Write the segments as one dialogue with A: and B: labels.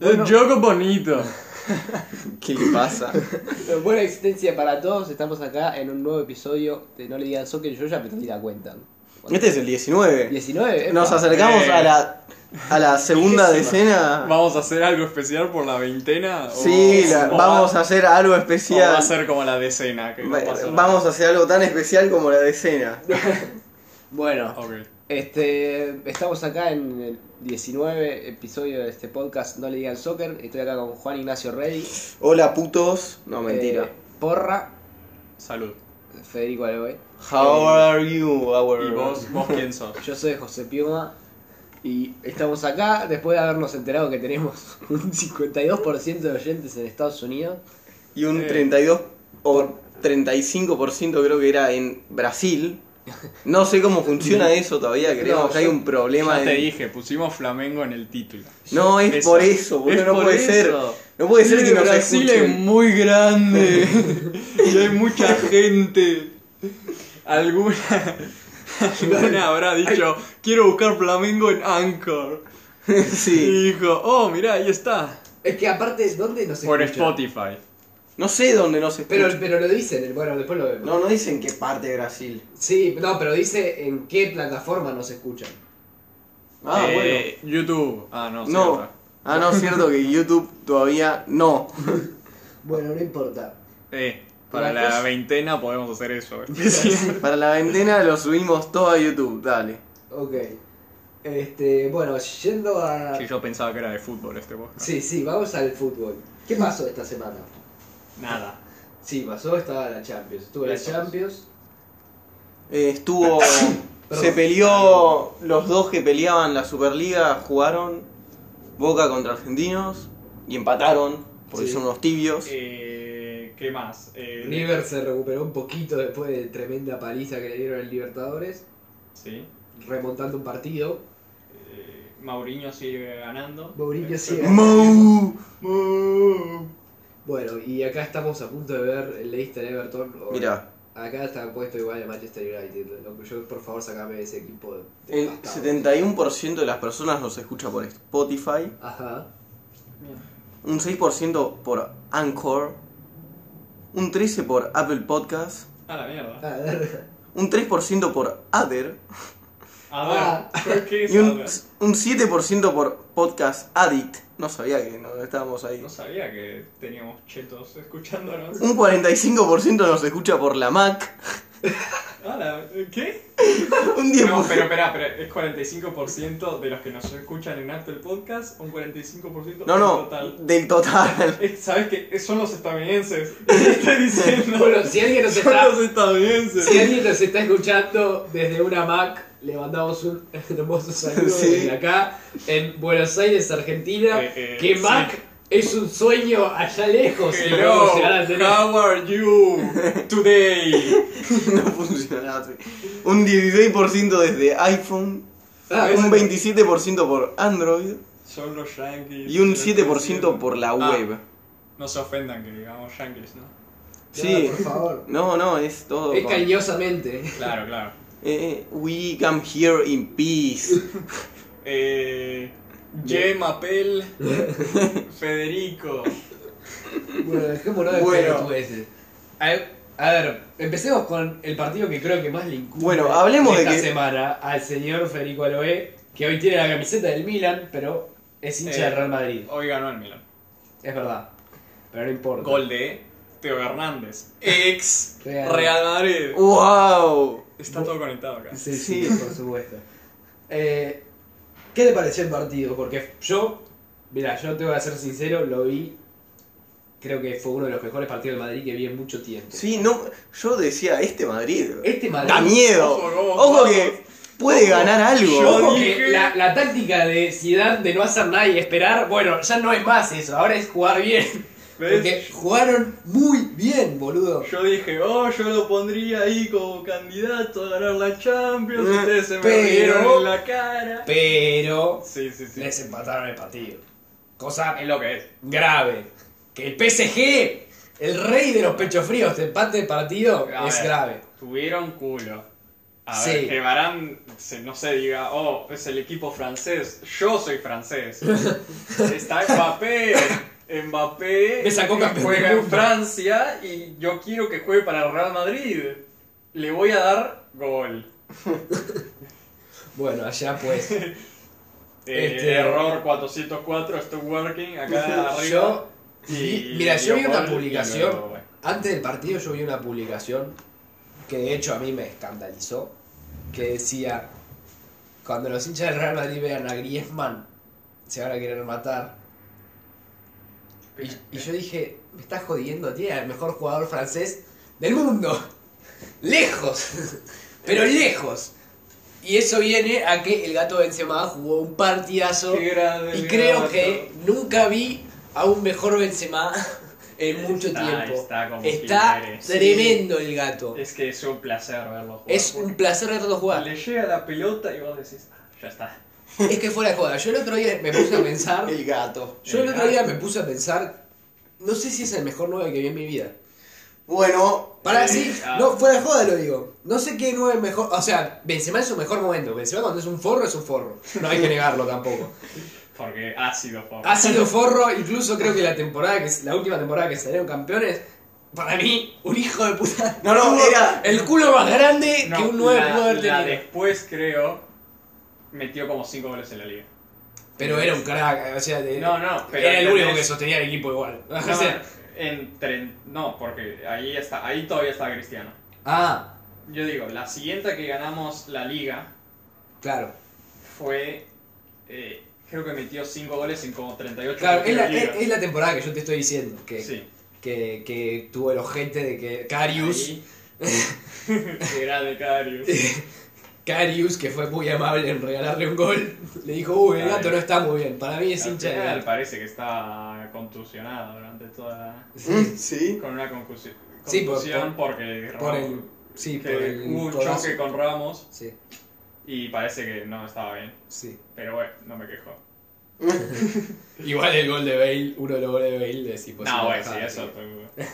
A: Es un juego bonito.
B: ¿Qué le pasa?
C: Eh, Buena existencia para todos, estamos acá en un nuevo episodio de No le digan soccer, yo ya perdí la cuenta.
B: Este es el 19.
C: 19.
B: Nos
C: epa.
B: acercamos
A: Eh.
B: a la, a la segunda decena.
A: ¿Vamos a hacer algo especial por la veintena? ¿O-
B: Sí, la-
A: o
B: vamos a hacer algo
A: va, o va
B: especial.
A: a ser como la decena. Que no
B: Va-
A: pasa nada?
B: Vamos a hacer algo tan especial como la decena.
C: Bueno,
A: Ok.
C: este, estamos acá en el 19 episodio de este podcast No le digan soccer. Estoy acá con Juan Ignacio Rey.
B: Hola putos. No,
C: eh,
B: mentira.
C: Porra,
A: Salud.
C: Federico Aloe.
B: How are you, our...
A: ¿Y vos, vos quién sos?
C: Yo soy José Pioma y estamos acá después de habernos enterado que tenemos un 52% de oyentes en Estados Unidos.
B: Y un
A: Eh.
B: 32 o 35% creo que era en Brasil. No sé cómo funciona eso todavía, creemos
C: No,
B: que hay
C: yo-
B: un problema
A: Ya te
B: de-
A: dije, pusimos Flamengo en el título.
B: No, es
A: Eso.
B: por eso, boludo,
A: Es
B: no
A: por
B: puede
A: eso.
B: ser. No puede ser que nos
A: Brasil es
B: escuchen.
A: muy grande y hay mucha gente. Alguna, alguna habrá dicho, quiero buscar Flamengo en Anchor.
B: Sí.
A: Y dijo, oh, mirá, ahí está.
C: Es que aparte, ¿dónde nos
A: Por
C: escuchan?
A: Spotify.
B: No sé dónde nos
C: Pero,
B: escuchan.
C: pero lo dicen, bueno, después lo vemos.
B: No, no dicen qué parte de Brasil.
C: Sí, no, pero dice en qué plataforma nos escuchan.
B: Ah,
A: Eh, YouTube. Ah, no,
B: bueno. No.
A: cierto.
B: Ah, no, es cierto que YouTube todavía no.
C: Bueno, no importa.
A: Eh, para
C: Una cosa-
A: la veintena podemos hacer eso. eh.
B: Para la ventena lo subimos todo a YouTube, dale.
C: Ok. Este, bueno, yendo a...
A: Que yo pensaba que era de fútbol este podcast.
C: Sí, sí, vamos al fútbol. ¿Qué pasó esta semana?
A: Nada.
C: Sí, pasó, estaba la Champions. Estuvo la
A: Eso.
C: Champions.
B: Eh, estuvo. se peleó. Los dos que peleaban la Superliga jugaron Boca contra Argentinos y empataron porque
C: Sí.
B: son unos tibios.
A: Eh, ¿Qué más? Eh,
C: River se recuperó un poquito después de tremenda paliza que le dieron el Libertadores,
A: Sí.
C: remontando un partido.
A: Eh, Mauriño sigue ganando.
C: Mourinho
A: Eh,
C: sigue-
B: ¡Mau!
C: eh,
A: Mu.
C: Bueno, y acá estamos a punto de ver el Leicester Everton. o-
B: Mira,
C: Acá está puesto igual el Manchester United. Lo que yo, por favor, sacame de ese equipo. De
B: el
C: bastardos.
B: 71% de las personas nos escucha por Spotify,
C: Ajá.
B: un 6% por Anchor, un 13% por Apple Podcast,
A: A la mierda.
C: A ver.
B: un 3% por Adder
A: A ver, ¿qué es
B: y Ah, eh, un,
A: Adler?
B: un 7% por Podcast Addict. No sabía que no estábamos ahí.
A: No sabía que teníamos chetos escuchándonos.
B: Un 45% nos escucha por la Mac.
A: A la- eh, ¿Qué?
B: Un 10%.
A: No, pero espera, espera, es 45% de los que nos escuchan en Apple Podcast, un 45%
B: no, no,
A: en total.
B: del total.
A: Es- ¿Sabes qué? Son los estadounidenses. ¿Qué te estoy diciendo?
C: Bueno, si alguien nos
A: Son
C: está,
A: los estadounidenses.
C: si alguien nos está escuchando desde una Mac, le mandamos un hermoso saludo
B: Sí.
C: desde acá, en Buenos Aires, Argentina.
A: Eh, eh,
C: que
A: sí.
C: Mac es un sueño allá lejos. y lo podemos llegar a tener.
A: how are you today?
B: no funcionaba así. Un 16% desde iPhone.
C: Ah,
B: un 27% por Android.
A: Son los yankees.
B: Y un
A: los
B: 7% por la
A: Ah,
B: web.
A: No se ofendan que digamos yankees, ¿no?
B: Sí.
C: Por favor.
B: No, no, es todo.
C: Es
B: con-
C: cariñosamente.
A: Claro, claro.
B: Eh, we come here in peace.
A: Eh. Jem Mapel, Federico.
C: Bueno, dejémonos de
B: Bueno.
C: pelotudeces. A ver, a ver, empecemos con el partido que creo que más le incumbe
B: Bueno, hablemos
C: esta
B: de que-
C: semana al señor Federico Aloe, que hoy tiene la camiseta del Milan, pero es hincha
A: Eh.
C: del Real Madrid.
A: Hoy ganó el Milan.
C: Es verdad. Pero no importa.
A: Gol de Teo Hernández, ex
C: Real.
A: Real Madrid.
B: ¡Wow!
A: Está todo conectado acá.
C: Sí, sí,
B: Sí.
C: por supuesto. Eh, ¿Qué te pareció el partido? Porque yo, mira, yo te voy a ser sincero, lo vi. Creo que fue uno de los mejores partidos del Madrid que vi en mucho tiempo.
B: Sí, no, yo decía este Madrid.
C: Este Madrid.
B: Da miedo.
A: Ojo, no,
B: Ojo
A: vamos.
B: que puede
A: Ojo.
B: ganar algo.
A: Yo
C: Ojo
A: dije-
C: que la, la táctica de Zidane de no hacer nada y esperar, bueno, ya no es más eso, ahora es jugar bien.
A: ¿Ves?
C: Porque jugaron muy bien, boludo.
A: Yo dije, oh, yo lo pondría ahí como candidato a ganar la Champions.
B: Eh,
A: Ustedes se me
C: pero-
A: rieron en la cara.
C: Pero
A: Sí, sí, sí.
C: les empataron el partido. Cosa
A: Es lo que es.
C: grave. Que el PSG, el rey de los pechos fríos, te empate el partido,
A: A
C: es
A: ver,
C: grave.
A: Tuvieron culo.
D: A
C: Sí.
D: ver, que Barán se- no se diga, oh, es el equipo francés, yo soy francés. Está Mbappé, Mbappé eh,
C: Me sacó campeón
D: juega
C: del
D: en
C: mundo.
D: Francia y yo quiero que juegue para el Real Madrid. Le voy a dar gol.
C: Bueno, allá pues.
D: Eh,
C: Este-
D: Error 404, estoy working acá arriba.
C: yo.
D: Y-
C: vi- mira,
D: y
C: yo vi
D: dio
C: una
D: gol y
C: publicación.
D: luego, bueno.
C: Antes del partido, yo vi una publicación que de hecho a mí me escandalizó. Que decía: Cuando los hinchas del Real Madrid vean a Griezmann, se van a querer matar. Y, y yo dije: Me estás jodiendo, tiene al mejor jugador francés del mundo. Lejos, pero lejos. Y eso viene a que el gato Benzema jugó un partidazo.
D: Qué grande,
C: Y
D: mi
C: creo
D: gato.
C: que nunca vi a un mejor Benzema en mucho
D: Está-
C: tiempo.
D: está como
C: Está
D: Jiménez.
C: tremendo el gato.
D: Es que es un placer verlo jugar.
C: Es un placer verlo jugar.
D: Le llega la pelota y vos decís, "Ah, ya está.
C: Es que fuera de joda. Yo el otro día me puse a pensar.
B: El gato.
C: Yo el otro día me puse a pensar. No sé si es el mejor 9 que vi en mi vida.
B: Bueno,
C: Para
D: Eh,
C: sí,
D: ah.
C: no, fuera de joda lo digo. No sé qué 9 mejor. O sea, Benzema es su mejor momento. Benzema cuando es un forro es un forro. No hay que negarlo tampoco.
D: Porque ácido, por
C: Ha sido forro, incluso creo que la temporada que la última temporada que salieron campeones, para mí, un hijo de puta.
B: No, no,
C: Tuvo
B: era-
C: El culo más grande
D: No,
C: que un 9
D: la-
C: pudo haber
D: la
C: tenido.
D: después creo metió como 5 goles en la liga.
C: Pero era un crack, o sea, de-
D: No, no, pero
C: Eh, era el
D: entendés-
C: único que sostenía el equipo igual. O
D: No,
C: sea,
D: en tre- no, porque ahí está, ahí todavía está Cristiano.
C: ah,
D: Yo digo, la siguiente que ganamos la liga
C: claro.
D: fue eh, creo que metió 5 goles en como 38
C: Claro, es
D: partidos
C: la,
D: de liga.
C: es- es la temporada que yo te estoy diciendo, que,
D: Sí.
C: que, que tuvo el ojete de que Carius,
D: Ahí. Qué grande Carius.
C: Carius, que fue muy amable en regalarle un gol, le dijo, uy, el
D: Ay.
C: gato no está muy bien, para mí es
D: Al
C: hincha de
D: final
C: gato.
D: parece que está contusionado durante toda la...
B: mm, sí.
D: Con una concusi- contusión
C: Sí, por-
D: porque
C: Por
D: Ramos-
C: el, sí,
D: que
C: por el
D: hubo un
C: codazo.
D: choque con Ramos
C: Sí,
D: y parece que no estaba bien.
C: sí.
D: Pero bueno, no me quejo.
C: Igual el gol de Bale, uno de los goles de Bale de si
D: no, bueno, sí, eso. estoy-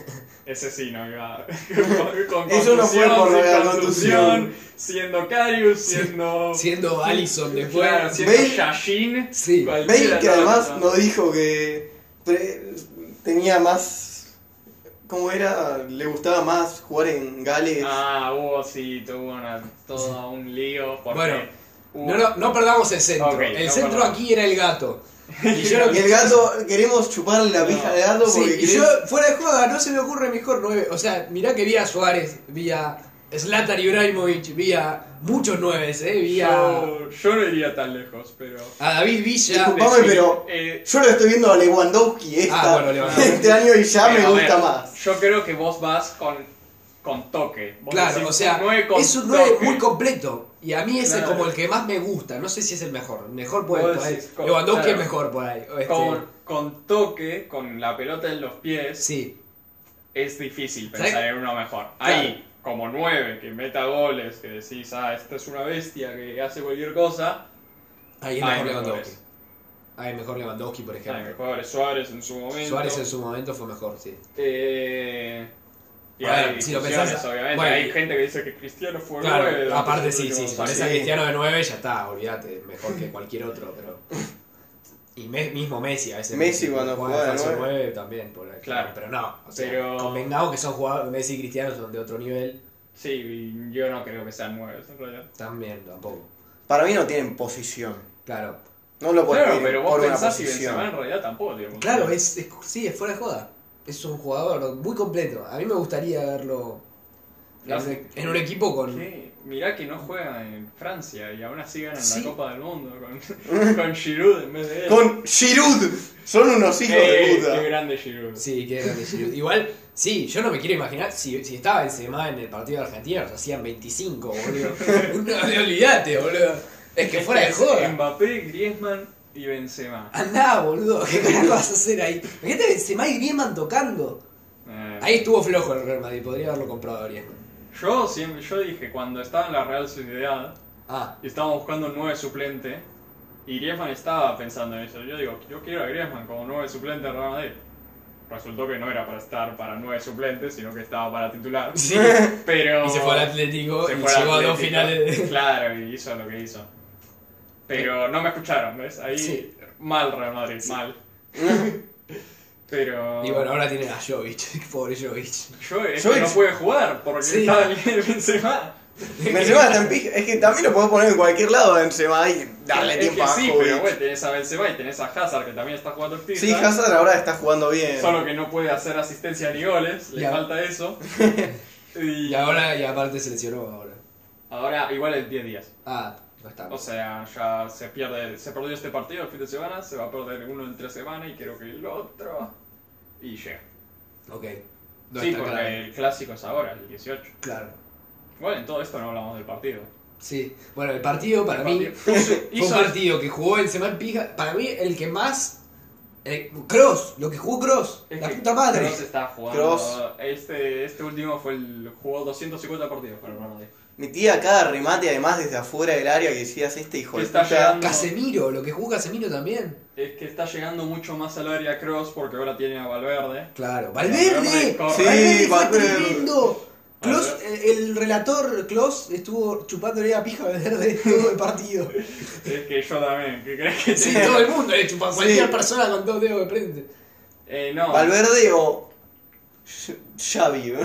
D: Ese sí, no iba. con, con
B: Eso no fue por lo de la
D: sin
B: contusión.
D: Siendo Carius, siendo.
C: Siendo Allison después.
D: Claro, siendo
B: Bale-
D: Yashin.
C: Sí.
B: Bale
D: cualquiera,
B: que
D: no,
B: además
D: no.
B: nos dijo que pre- tenía más. ¿Cómo era? Le gustaba más jugar en Gales.
D: Ah, hubo, sí, tuvo una, todo un lío. Porque
C: Bueno,
D: hubo-
C: No, no, no perdamos el centro.
D: Ok,
C: el
D: no
C: centro
D: perdamos.
C: aquí era el gato. Y yo lo
B: Y
C: que.
B: el gato, queremos chuparle la pija
D: No.
B: al gato
C: Sí,
B: porque
C: y yo,
B: querés-
C: fuera de joda, no se me ocurre mejor nueve. O sea, mirá que vi a Suárez, vi a Zlatan Ibrahimovic, vi a muchos nueves, eh. Vi a,
D: yo, yo no iría tan lejos, pero.
C: a David Villa.
B: Disculpa. Disculpame, pero-
D: Eh,
B: yo lo estoy viendo a Lewandowski
D: Ah,
B: esta-
C: bueno, Lewandowski.
B: este año y ya me
D: Pero, eh, a ver,
B: gusta más.
D: Yo creo que vos vas con, con toque. Vos
C: Claro,
D: decís,
C: o sea,
D: nueve con
C: es un 9
D: toque.
C: muy completo. Y a mí ese es
D: Claro.
C: como el que más me gusta. No sé si es el mejor. Mejor puede
D: Vos
C: por ahí.
D: decís, con-
C: Lewandowski
D: claro.
C: es mejor por ahí. o este-
D: con, con toque, con la pelota en los pies,
C: Sí,
D: es difícil
C: ¿Sabés?
D: pensar en uno mejor.
C: Claro.
D: Ahí, como nueve, que meta goles, que decís, ah, esta es una bestia que hace cualquier cosa.
C: ahí es
D: hay
C: mejor Lewandowski.
D: mejores.
C: Ahí es mejor Lewandowski, por
D: Hay
C: ejemplo.
D: mejores. Suárez en su momento.
C: Suárez en su momento fue mejor, sí.
D: Eh, y
C: A ver,
D: hay
C: si lo
D: discusiones,
C: pensás-
D: obviamente.
C: bueno,
D: hay
C: y-
D: gente que dice que Cristiano fue nueve.
C: Claro,
D: durante
C: aparte
D: sus
C: sí, sí,
D: últimos
C: si
D: años.
C: pones a Cristiano de 9 ya está, olvídate, mejor que cualquier otro, pero... Y me- mismo Messi a veces.
B: Messi cuando
C: juega
B: jugaba de
C: falso
B: nueve.
C: nueve también, por la-
D: Claro.
C: pero no, o sea,
D: Pero-
C: convengamos que son jugadores, Messi y Cristiano son de otro nivel,
D: Sí, y yo no creo que sean nueve, en realidad.
C: también tampoco,
B: Para mí no tienen posición.
C: claro.
B: No lo puedes
D: Claro,
B: pedir
D: pero
B: por
D: vos
B: una
D: pensás si
B: posición.
D: Benzema en realidad tampoco tiene posición.
C: Claro, es, es- sí, es fuera de joda, es un jugador muy completo, a mí me gustaría verlo en,
D: Claro.
C: un- en un equipo con...
D: ¿Qué? Mirá que no juega en Francia y aún así ganan
C: Sí.
D: la Copa del Mundo con, con Giroud en vez de él.
B: Con Giroud. Son unos hijos
D: Eh,
B: de
D: ¡Qué
B: puta.
D: grande Giroud!
C: Sí, que era de Giroud. Igual, sí, yo no me quiero imaginar si, si estaba Benzema en el partido de Argentina, nos hacían 25, boludo. No, de- olvídate, boludo. Es que fuera de
D: Este Es
C: joda.
D: Mbappé, Griezmann y Benzema.
C: Andá, boludo, ¿qué carajo vas a hacer ahí? Fíjate Benzema y Griezmann tocando.
D: Eh,
C: Ahí estuvo flojo el Real Madrid, podría haberlo comprado a Griezmann.
D: Yo siempre, yo dije cuando estaba en la Real Sociedad
C: Ah,
D: y estábamos buscando un nueve suplente y Griezmann estaba pensando en eso. Yo digo, yo quiero a Griezmann como nueve suplente en Real Madrid. resultó que no era para estar para nueve suplentes, sino que estaba para titular.
C: Sí.
D: Pero
C: Y se fue al Atlético
D: se
C: y
D: fue al
C: llegó a dos
D: Atlético.
C: finales. de-
D: Claro, y hizo lo que hizo. Pero no me escucharon, ¿ves? Ahí
C: Sí.
D: mal Real Madrid, mal. Pero
C: Y bueno, ahora tiene a Jovic, pobre Jovic.
D: yo es
B: Yo
D: que no
B: ex-
D: pude jugar porque
C: Sí.
D: estaba el Benzema.
B: Benzema está en pija. Es que también lo podés poner en cualquier lado a Benzema y darle
D: es
B: tiempo
D: que
B: a
D: sí,
B: Jovic.
D: pero bueno, tenés a Benzema y tenés a Hazard que también está jugando FIFA.
B: Sí, Hazard ahora está jugando bien.
D: Solo que no puede hacer asistencia ni goles, le
C: Ya.
D: falta eso. y
C: Y ahora, y aparte se lesionó ahora.
D: ahora igual en 10 días.
C: Ah, no está.
D: O sea, ya se pierde, se perdió este partido el fin de semana, se va a perder uno entre semana y creo que el otro. Y llega.
C: Ok. No
D: sí,
C: está
D: porque
C: claro.
D: el clásico es ahora, el 18.
C: Claro.
D: Bueno, en todo esto no hablamos del partido.
C: Sí. Bueno, el partido para
D: El
C: mí.
D: partido- puso-
C: Fue un
D: hizo-
C: partido que jugó el Seman Pija. Para mí, el que más. el- Cross, lo que jugó Cross.
D: es
C: la
D: que
C: puta madre.
D: Kroos está jugando.
B: Kroos.
D: Este, este último fue el. jugó 250 partidos para el Real Madrid.
B: Metía cada remate además desde afuera del área que decías este hijo de
D: Está
B: puta.
D: llegando-
C: Casemiro, lo que jugó Casemiro también.
D: Es que está llegando mucho más al área Cross porque ahora tiene a Valverde.
C: Claro.
D: Valverde
C: ¡Valverde!
D: corre.
B: Sí,
C: ¡Valverde fue
B: Valverde.
C: tremendo! Kroos, eh,
D: Valverde.
C: el, el relator Kloss estuvo chupándole la pija a Valverde todo el partido.
D: Es que yo también, ¿qué crees que
C: Sí,
D: te-
C: todo el mundo le chupa. Cualquier
B: Sí.
C: persona con dos dedos de frente.
D: Eh, no.
B: Valverde o X- Xavi. ¿no?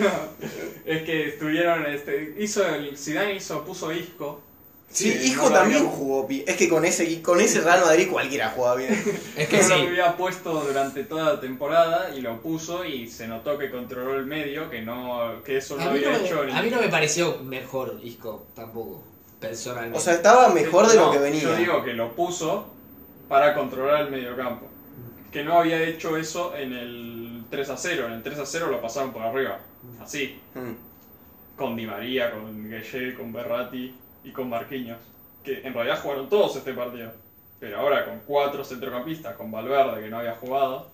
D: No. Es que estuvieron, este, hizo el Zidane hizo, puso Isco.
B: Sí,
D: Eh,
B: hijo
D: no lo
B: también
D: había-
B: jugó bien. Es que con ese con ese Real Madrid cualquiera juega bien.
C: Es
D: no lo había puesto durante toda la temporada y lo puso y se notó que controló el medio, que no, que eso no
C: A mí,
D: había
C: no
D: hecho.
C: me,
D: ni-
C: a mí no me pareció mejor Isco tampoco, personalmente.
B: O sea, estaba mejor de lo
D: No,
B: que venía.
D: Yo digo que lo puso para controlar el mediocampo. Que no había hecho eso en el 3 a 0. En el 3 a 0 lo pasaron por arriba. Así.
B: Mm.
D: Con Di María, con Gueye, con Berratti y con Marquinhos. Que en realidad jugaron todos este partido. Pero ahora con cuatro centrocampistas, con Valverde que no había jugado,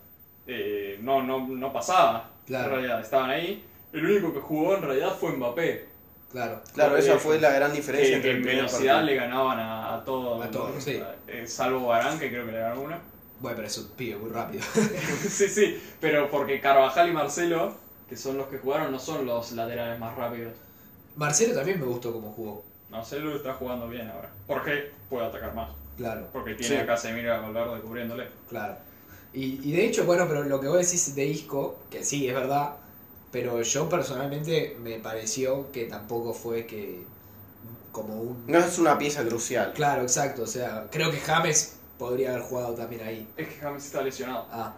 D: eh, no, no, no pasaba.
C: Claro.
D: En realidad estaban ahí. El único que jugó en realidad fue Mbappé.
C: claro.
B: Claro, esa
D: Porque-
B: fue la gran diferencia
D: eh,
B: entre
D: que, que
B: el
D: en
B: primer
D: velocidad
B: partido.
D: le ganaban a, a todos.
C: A todos, sí.
D: Eh, salvo Barán, que creo que le ganó una.
C: Bueno, pero es un pibe muy rápido.
D: sí, sí, pero porque Carvajal y Marcelo, que son los que jugaron, no son los laterales más rápidos.
C: Marcelo también me gustó como jugó.
D: Marcelo está jugando bien ahora. Porque puede atacar más.
C: Claro,
D: Porque tiene
B: Sí.
D: a Casemiro y a Valverde cubriéndole.
C: claro. Y, y de hecho, bueno, pero lo que vos decís de Isco, que sí, es verdad, pero yo personalmente me pareció que tampoco fue que como un...
B: No es una pieza crucial.
C: Claro, exacto, o sea, creo que James podría haber jugado también ahí.
D: Es que James está lesionado.
C: Ah,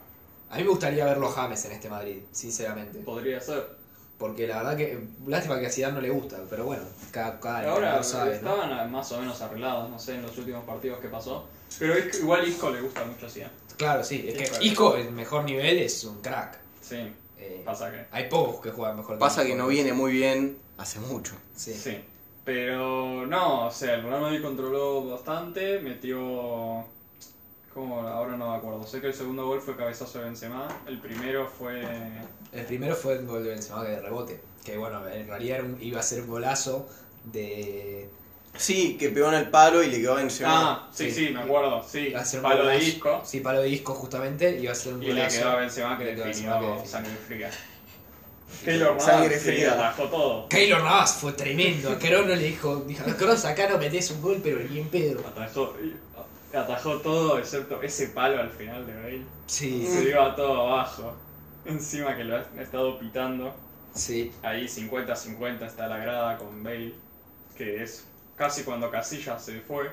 C: a mí me gustaría verlo a James en este Madrid, sinceramente.
D: Podría ser.
C: Porque la verdad que, lástima que a Zidane no le gusta, pero bueno, cada, cada
D: ahora
C: entrenador sabe, ¿no?
D: estaban ah, más o menos arreglados, no sé, en los últimos partidos que pasó. Pero Isco- igual Isco le gusta mucho así.
C: Claro, sí, es
D: Sí,
C: que
D: claro.
C: Isco en mejor nivel es un crack.
D: Sí,
C: Eh,
D: pasa que.
C: hay pocos que juegan mejor
B: Pasa
C: Isco.
B: que no viene muy bien hace mucho.
C: Sí.
D: Sí. Pero no, o sea, el Real Madrid controló bastante, metió... ¿Cómo? Ahora no me acuerdo. Sé que el segundo gol fue cabezazo de Benzema, el primero fue...
C: El primero fue el gol de Benzema que de rebote, que bueno, en realidad era un- iba a ser un golazo de
B: Sí, que pegó en el palo y le quedó a Benzema.
D: Ah, sí,
C: sí.
D: sí, me acuerdo, sí.
C: iba a ser un
D: Palo de
C: golazo-
D: disco.
C: Sí, palo de disco justamente, iba a ser un
D: Y le
C: golazo.
D: quedó a Benzema que
C: Le quedó a Benzema que
D: definió
C: definió.
D: sangre fría. Keylor
B: Sangre
D: Navas sí,
B: fría.
D: atajó todo.
C: Keylor Navas fue tremendo, Kroos no le dijo, dijo, Kroos acá no metés un gol, pero ni en Pedro.
D: Atajó, atajó todo excepto ese palo al final de Bale.
C: Sí,
D: Se iba todo abajo. Encima que lo han estado pitando.
C: sí,
D: Ahí 50-50 está la grada con Bale, que es casi cuando Casillas se fue.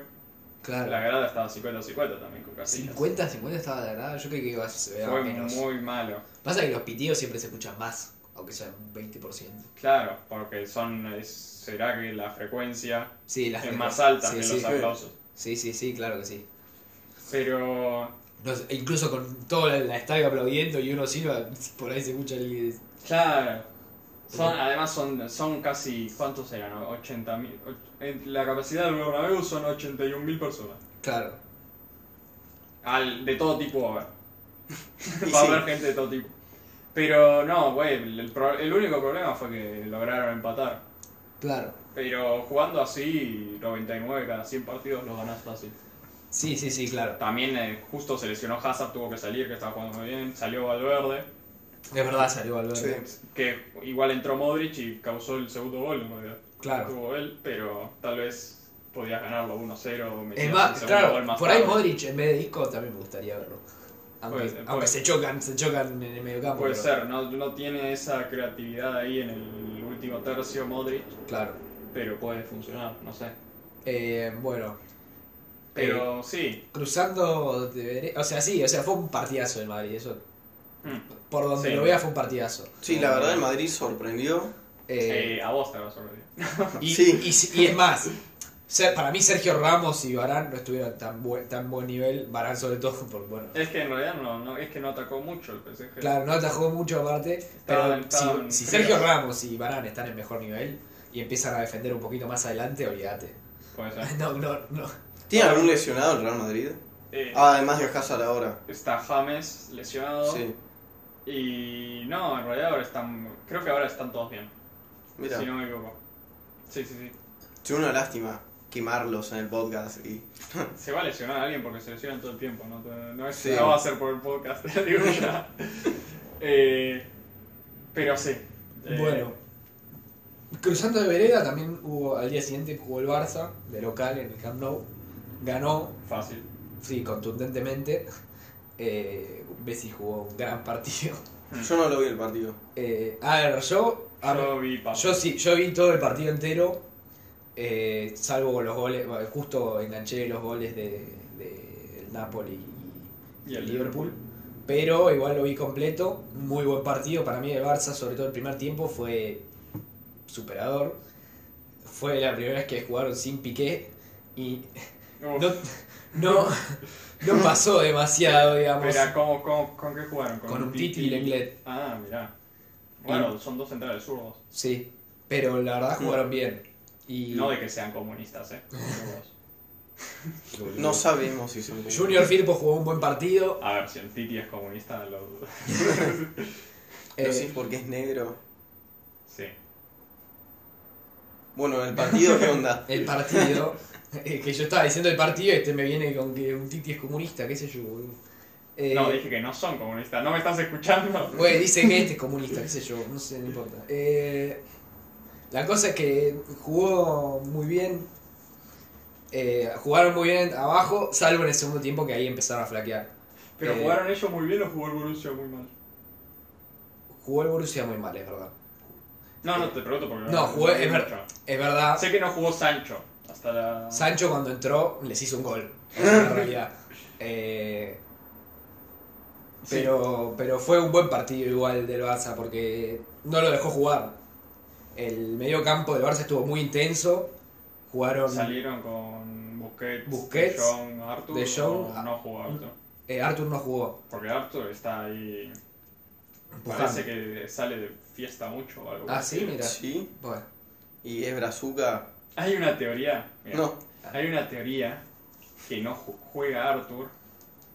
D: La
C: claro.
D: grada estaba 50-50 también con Casillas.
C: 50-50 estaba de verdad, yo creo que iba a ser
D: Fue
C: menos.
D: muy malo.
C: Pasa que los pitidos siempre se escuchan más, aunque sean un 20%.
D: Claro, porque son es- será que la frecuencia
C: Sí, las
D: es más alta
C: sí,
D: que
C: sí,
D: los aplausos.
C: sí, sí, sí, claro que sí.
D: Pero
C: Los- incluso con todo el estadio aplaudiendo y uno silba, por ahí se escucha el...
D: claro, son, además son, son casi ¿cuántos eran? 80.000. och- en La capacidad del Bernabéu son 81.000 personas.
C: Claro,
D: Al, de todo tipo va a haber.
B: Y
D: Va a
B: sí.
D: haber gente de todo tipo. Pero no, güey, el, pro- el único problema fue que lograron empatar.
C: claro.
D: Pero jugando así, 99 cada 100 partidos los ganás fácil.
C: Sí, sí, sí, claro.
D: También eh, justo se lesionó Hazard, tuvo que salir, que estaba jugando muy bien. Salió Valverde,
C: Es verdad, salió Valverde.
D: que igual entró Modric y causó el segundo gol. en realidad.
C: Claro.
D: Tuvo él, pero tal vez podías ganarlo 1-0. o metías
C: Es
D: el
C: más,
D: segundo gol
C: claro,
D: más
C: por ahí
D: tarde.
C: Modric en vez de disco también me gustaría verlo. Aunque,
D: Puede ser,
C: aunque
D: puede
C: se chocan, se chocan en el medio campo.
D: Puede
C: pero-
D: ser, no, no tiene esa creatividad ahí en el último tercio Modric,
C: Claro.
D: pero puede funcionar, no sé.
C: Eh, bueno. Eh,
D: Pero sí,
C: cruzando de dere- O sea, sí, o sea, fue un partidazo el Madrid. Eso,
D: mm,
C: por donde
D: Sí.
C: lo vea fue un partidazo.
B: Sí, la verdad el Madrid sorprendió.
C: Eh,
D: eh, a vos te va a sorprender.
C: y,
B: sí.
C: y si- y es más, Ser- para mí Sergio Ramos y Barán no estuvieron tan buen, tan buen nivel. Barán sobre todo, porque bueno.
D: Es que en realidad no, no, es que no atacó mucho el PSG.
C: Claro, no atajó mucho aparte, pero
D: estaban
C: si, si
D: fríos.
C: Sergio Ramos y Barán están en mejor nivel y empiezan a defender un poquito más adelante, olvídate.
D: Puede ser.
C: No, no, no.
B: ¿Tiene algún lesionado el Real Madrid?
D: Eh,
B: Ah, además de Hazard ahora.
D: Está James lesionado.
B: Sí.
D: Y no, en realidad ahora están. Creo que ahora están todos bien.
B: Mira,
D: Si no me equivoco. Sí, sí, sí.
B: es una lástima quemarlos en el podcast y
D: Se va a lesionar a alguien porque se lesionan todo el tiempo, no, Te- no, es-
B: Sí.
D: no va a ser por el podcast, digo ya. Eh, pero sí. Eh,
C: Bueno, cruzando de vereda también hubo al día siguiente jugó el Barça de local en el Camp Nou, ganó,
D: Fácil.
C: sí, contundentemente. Eh, Messi jugó un gran partido.
D: Mm.
B: yo no lo vi el partido.
C: Eh, a ver, yo, a ver,
D: Yo vi pa-
C: Yo sí, yo vi todo el partido entero, eh, salvo los goles, bueno, justo enganché los goles de, de el Napoli y,
D: Y el
C: Liverpool, pero igual lo vi completo, muy buen partido para mí de Barça, sobre todo el primer tiempo fue superador, fue la primera vez que jugaron sin Piqué y
D: Uf,
C: no, no, no pasó demasiado, digamos,
D: espera, ¿cómo- cómo- con qué jugaron?
C: con un Titi y Lenglet.
D: Ah, mirá. Bueno, son dos centrales zurdos.
C: Sí, pero la verdad jugaron bien. Y
D: No de que sean comunistas, eh. Zurdos.
B: No sabemos si son
C: Junior Firpo jugó un buen partido.
D: A ver, si el Titi es comunista, lo dudo.
B: Pero
C: Eh,
B: sí, porque es negro.
D: Sí.
B: Bueno, el partido, ¿qué onda?
C: El partido. eh, que yo estaba diciendo el partido y este me viene con que un Titi es comunista, qué sé yo, boludo. Eh,
D: No, dije que no son comunistas. ¿No me estás escuchando?
C: güey, dice que este es comunista, qué sé yo, no sé, no importa. Eh, la cosa es que jugó muy bien. eh, jugaron muy bien abajo, salvo en el segundo tiempo que ahí empezaron a flaquear.
D: ¿Pero
C: Eh,
D: jugaron ellos muy bien o jugó el Borussia muy mal?
C: Jugó el Borussia muy mal, es verdad.
D: No, no, te pregunto porque...
C: No, jugué-
D: vi
C: es
D: mucho.
C: verdad. Es verdad.
D: Sé que no jugó Sancho hasta la...
C: Sancho cuando entró les hizo un gol. En realidad. Eh,
D: Sí.
C: pero, pero fue un buen partido igual del Barça porque no lo dejó jugar. El medio campo del Barça estuvo muy intenso. Jugaron
D: Salieron con Busquets,
C: Busquets,
D: De Jong, Arthur.
C: De Jong, ah.
D: o no jugó Arthur.
C: eh, Arthur no jugó.
D: Porque Arthur está ahí...
C: empujando.
D: Parece que sale de fiesta mucho o algo
C: Ah,
D: así.
C: sí, mira.
B: Sí.
C: Bueno,
B: Y es Brazuca.
D: Hay una teoría. mira,
B: No.
D: Hay una teoría que no ju- juega Arthur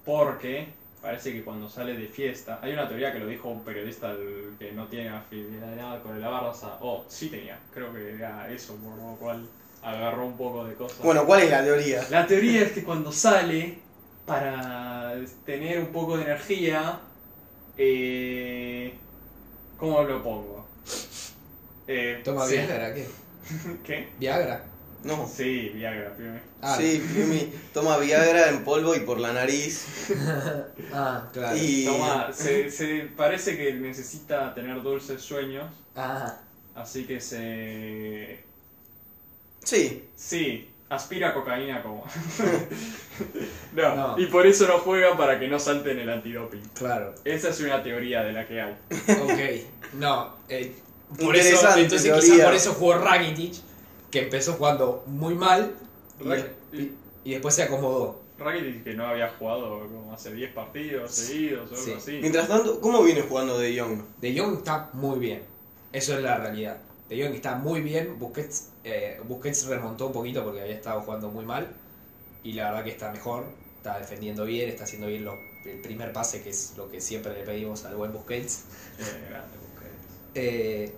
D: porque parece que cuando sale de fiesta. Hay una teoría que lo dijo un periodista del- que no tiene afinidad con el Barça. O sí tenía, creo que era eso, por lo cual agarró un poco de cosas.
B: Bueno, ¿cuál es la teoría?
D: La teoría es que cuando sale, para tener un poco de energía, eh, ¿cómo lo pongo? Eh,
C: Toma
D: sí.
C: Viagra, ¿qué?
D: ¿Qué?
C: Viagra.
B: No.
D: Sí, Viagra, pibe.
C: Ah,
B: Sí, Piumi toma Viagra en polvo y por la nariz.
C: ah, claro.
B: Y
D: Toma, se, se parece que necesita tener dulces sueños,
C: Ah,
D: así que se...
B: sí,
D: Sí, aspira cocaína como... no,
C: No.
D: y por eso no juega para que no salten el antidoping.
C: claro.
D: Esa es una teoría de la que hay.
C: Ok, no. eh, por eso,
B: Interesante
C: entonces quizás
B: teoría.
C: por eso jugó Rakitic, que empezó jugando muy mal y,
D: Rakitic-
C: y- y después se acomodó.
D: Rakitic que no había jugado como hace 10 partidos seguidos o
C: Sí.
D: algo así.
B: mientras tanto, ¿cómo viene jugando De Jong?
C: De Jong está muy bien, eso es la realidad. De Jong está muy bien, Busquets, eh, Busquets remontó un poquito porque había estado jugando muy mal y la verdad que está mejor, está defendiendo bien, está haciendo bien lo- el primer pase que es lo que siempre le pedimos al buen Busquets.
D: Eh, grande, Busquets.
C: Eh,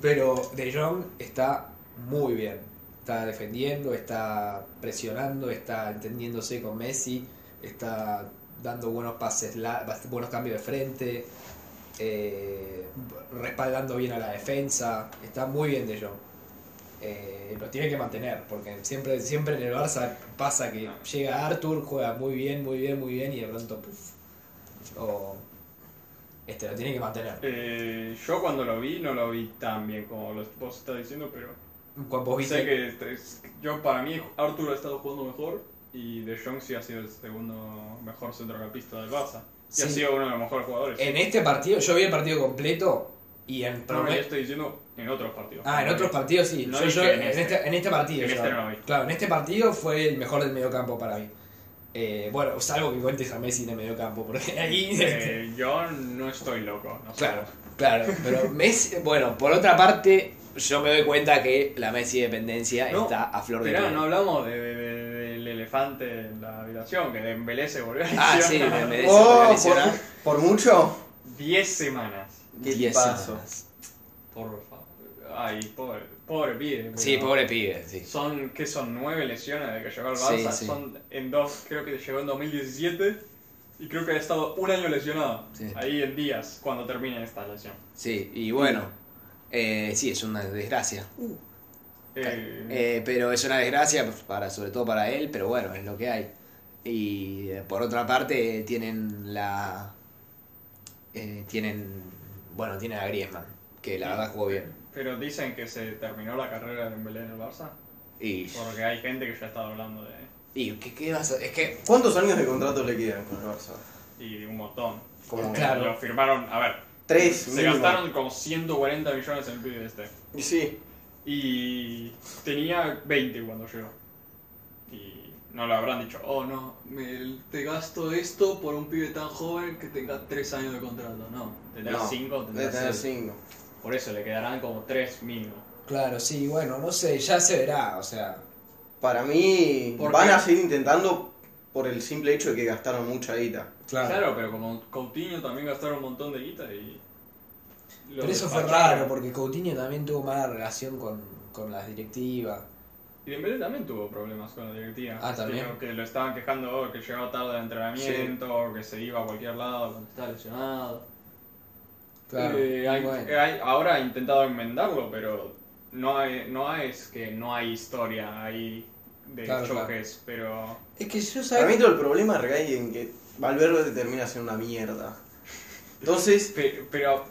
C: pero De Jong está muy bien. está defendiendo, está presionando, está entendiéndose con Messi, está dando buenos pases, la- bast- buenos cambios de frente, eh, respaldando bien a la defensa, está muy bien de Jong. Eh, lo tiene que mantener, porque siempre, siempre en el Barça pasa que llega Arthur, juega muy bien, muy bien, muy bien y de pronto puff. O, este lo tiene que mantener.
D: Eh, yo cuando lo vi no lo vi tan bien como lo- vos estás diciendo, pero
C: Cuando vos
D: sé
C: viste
D: que este es- yo para mí Arthur ha estado jugando mejor y De Jong sí ha sido el segundo mejor centrocampista del Barça. Y ha
C: Sí.
D: sido uno de los mejores jugadores.
C: En este partido, yo vi el partido completo y en
D: No, yo
C: promedio.
D: estoy diciendo en otros partidos.
C: Ah, en otros partidos sí.
D: No
C: yo,
D: dije
C: yo-
D: en
C: en,
D: este.
C: este, en este partido.
D: En
C: yo-
D: este no lo vi.
C: Claro, en este partido fue el mejor del mediocampo para mí. Eh, bueno, salvo que cuentes a Messi en el mediocampo, porque ahí.
D: Eh, yo no estoy loco, no sé.
C: Claro, claro. Pero Messi. Bueno, por otra parte, yo me doy cuenta que la Messi dependencia
D: No,
C: está a flor de
D: Esperá,
C: piel.
D: no hablamos de- de- de- del elefante en la habitación, que Dembélé se volvió a
C: Ah, sí,
D: lesionar.
C: me merece
B: Oh,
C: lesionar.
B: por, por mucho.
D: 10 semanas.
B: ¿Qué
C: Diez
B: tipazo.
C: semanas.
D: Por favor. Ay, pobre, pobre pibe. pero-
C: Sí, pobre pibe, sí.
D: Son, ¿qué son? Nueve lesiones de que llegó al
C: Sí,
D: Barça.
C: sí.
D: Son en dos, creo que llegó en 2017 y creo que ha estado un año lesionado.
C: Sí.
D: Ahí en días, cuando termine esta lesión.
C: Sí, y bueno. eh, sí, es una desgracia.
D: Eh,
C: Eh, pero es una desgracia, pues, para, sobre todo para él, pero bueno, es lo que hay. Y eh, por otra parte, tienen la. eh, tienen. Bueno, tienen a Griezmann, que la verdad jugó bien.
D: Pero dicen que se terminó la carrera de Dembélé en el Barça,
C: Y.
D: porque hay gente que ya ha estado hablando de...
C: y ¿qué, qué vas a.? Es que.
B: ¿Cuántos años de contrato le quedan con el Barça?
D: y un montón.
B: Como
C: Claro.
D: Lo firmaron, a ver,
B: tres.
D: se
B: mínimo.
D: gastaron como 140 millones en el pibe este.
B: Y sí,
D: Y tenía 20 cuando llegó. Y no lo habrán dicho, oh no, me- te gasto esto por un pibe tan joven que tenga 3 años de contrato. No, tendrá
B: No,
D: 5,
B: debe
D: tendrá
B: tener
D: 6.
B: cinco.
D: Por eso le quedarán como 3 mínimo.
C: Claro, sí, bueno, no sé, ya se verá, o sea.
B: Para mí,
D: ¿Por
B: van
D: qué?
B: a seguir intentando por el simple hecho de que gastaron mucha guita.
D: Claro. pero como Coutinho también gastaron un montón de guita y... lo
C: Pero eso fue
D: despacharon.
C: raro, porque Coutinho también tuvo mala relación con, con las directivas.
D: Y Dembélé también tuvo problemas con la directiva.
C: Ah, también.
D: Que, que lo estaban quejando oh, que llegaba tarde al entrenamiento, o que se iba a cualquier lado cuando estaba lesionado.
C: Claro.
D: Eh, hay-
C: bueno.
D: eh, hay- ahora ha intentado enmendarlo, pero no, hay- no es que no hay historia ahí de
C: Claro,
D: choques, pero...
C: Es que yo
B: Para mí
C: sabía.
B: todo el problema recae en que Valverde termina siendo una mierda. Entonces,
D: pe- pero...